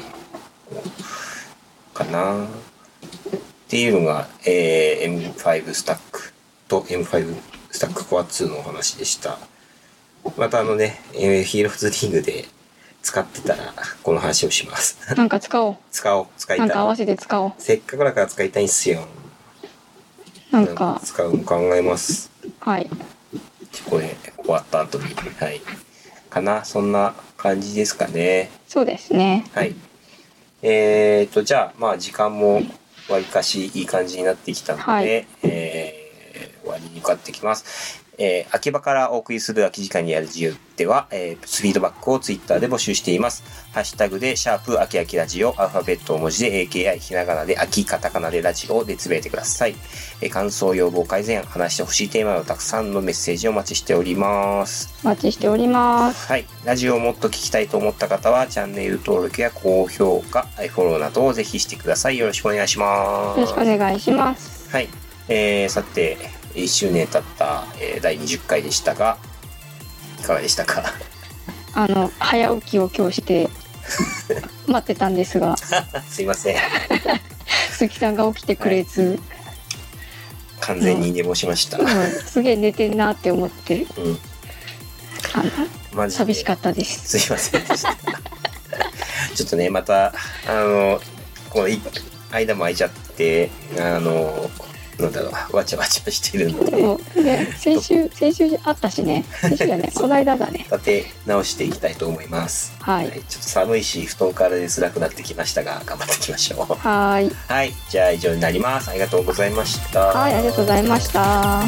[SPEAKER 1] かなっていうのが、えー M5 スタックと M5 スタックコア2のお話でした。またあのね、えーヒーローズリングで使ってたら、この話をします。
[SPEAKER 2] なんか使おう。
[SPEAKER 1] 使おう、使い
[SPEAKER 2] なんか合
[SPEAKER 1] たい。
[SPEAKER 2] わせて使おう。
[SPEAKER 1] せっかくだから使いたいんすよ。
[SPEAKER 2] なんか、
[SPEAKER 1] 使うの考えます。
[SPEAKER 2] はい。
[SPEAKER 1] これ終わった後にはいかなそんな感じですかね
[SPEAKER 2] そうですね。
[SPEAKER 1] はいえー、とじゃあまあ時間もわりかしいい感じになってきたので、
[SPEAKER 2] はい
[SPEAKER 1] えー終わりに向かってきますえー、秋葉からお送りする秋時間にやる自由では、えー、フィードバックをツイッターで募集しています。ハッシュタグで、シャープ、秋秋ラジオ、アルファベットを文字で、AKI、ひながなで、秋、カタカナでラジオでつぶやいてください。えー感想、要望、改善、話してほしいテーマなどたくさんのメッセージをお待ちしております。
[SPEAKER 2] お待ちしております。
[SPEAKER 1] はい。ラジオをもっと聞きたいと思った方は、チャンネル登録や高評価、えーフォローなどをぜひしてください。よろしくお願いしま
[SPEAKER 2] よ
[SPEAKER 1] す。
[SPEAKER 2] ろしくお願いします。
[SPEAKER 1] はい。えー、さて、1周年経った、えー第20回でしたが、いかがでしたか
[SPEAKER 2] あの、早起きを今日して、待ってたんですが、
[SPEAKER 1] すいません。
[SPEAKER 2] 鈴木さんが起きてくれず、
[SPEAKER 1] 完全に寝坊しました。
[SPEAKER 2] うんすげえ寝てんなって思って、
[SPEAKER 1] うん。
[SPEAKER 2] あの、
[SPEAKER 1] マジで。
[SPEAKER 2] 寂しかったです。
[SPEAKER 1] すいませんでした。 ちょっとね、また、あの、このい間も空いちゃって、あの、なんだろう、わちゃわちゃしてるの
[SPEAKER 2] で
[SPEAKER 1] で、
[SPEAKER 2] も、ね、先週、先週あったしね、先週じゃね、この間だね。
[SPEAKER 1] 立て直していきたいと思います。
[SPEAKER 2] はい
[SPEAKER 1] ちょっと寒いし、布団から出づらくなってきましたが、頑張っていきましょう。
[SPEAKER 2] はーい。
[SPEAKER 1] はい、じゃあ以上になります。ありがとうございました。
[SPEAKER 2] はい、ありがとうございました。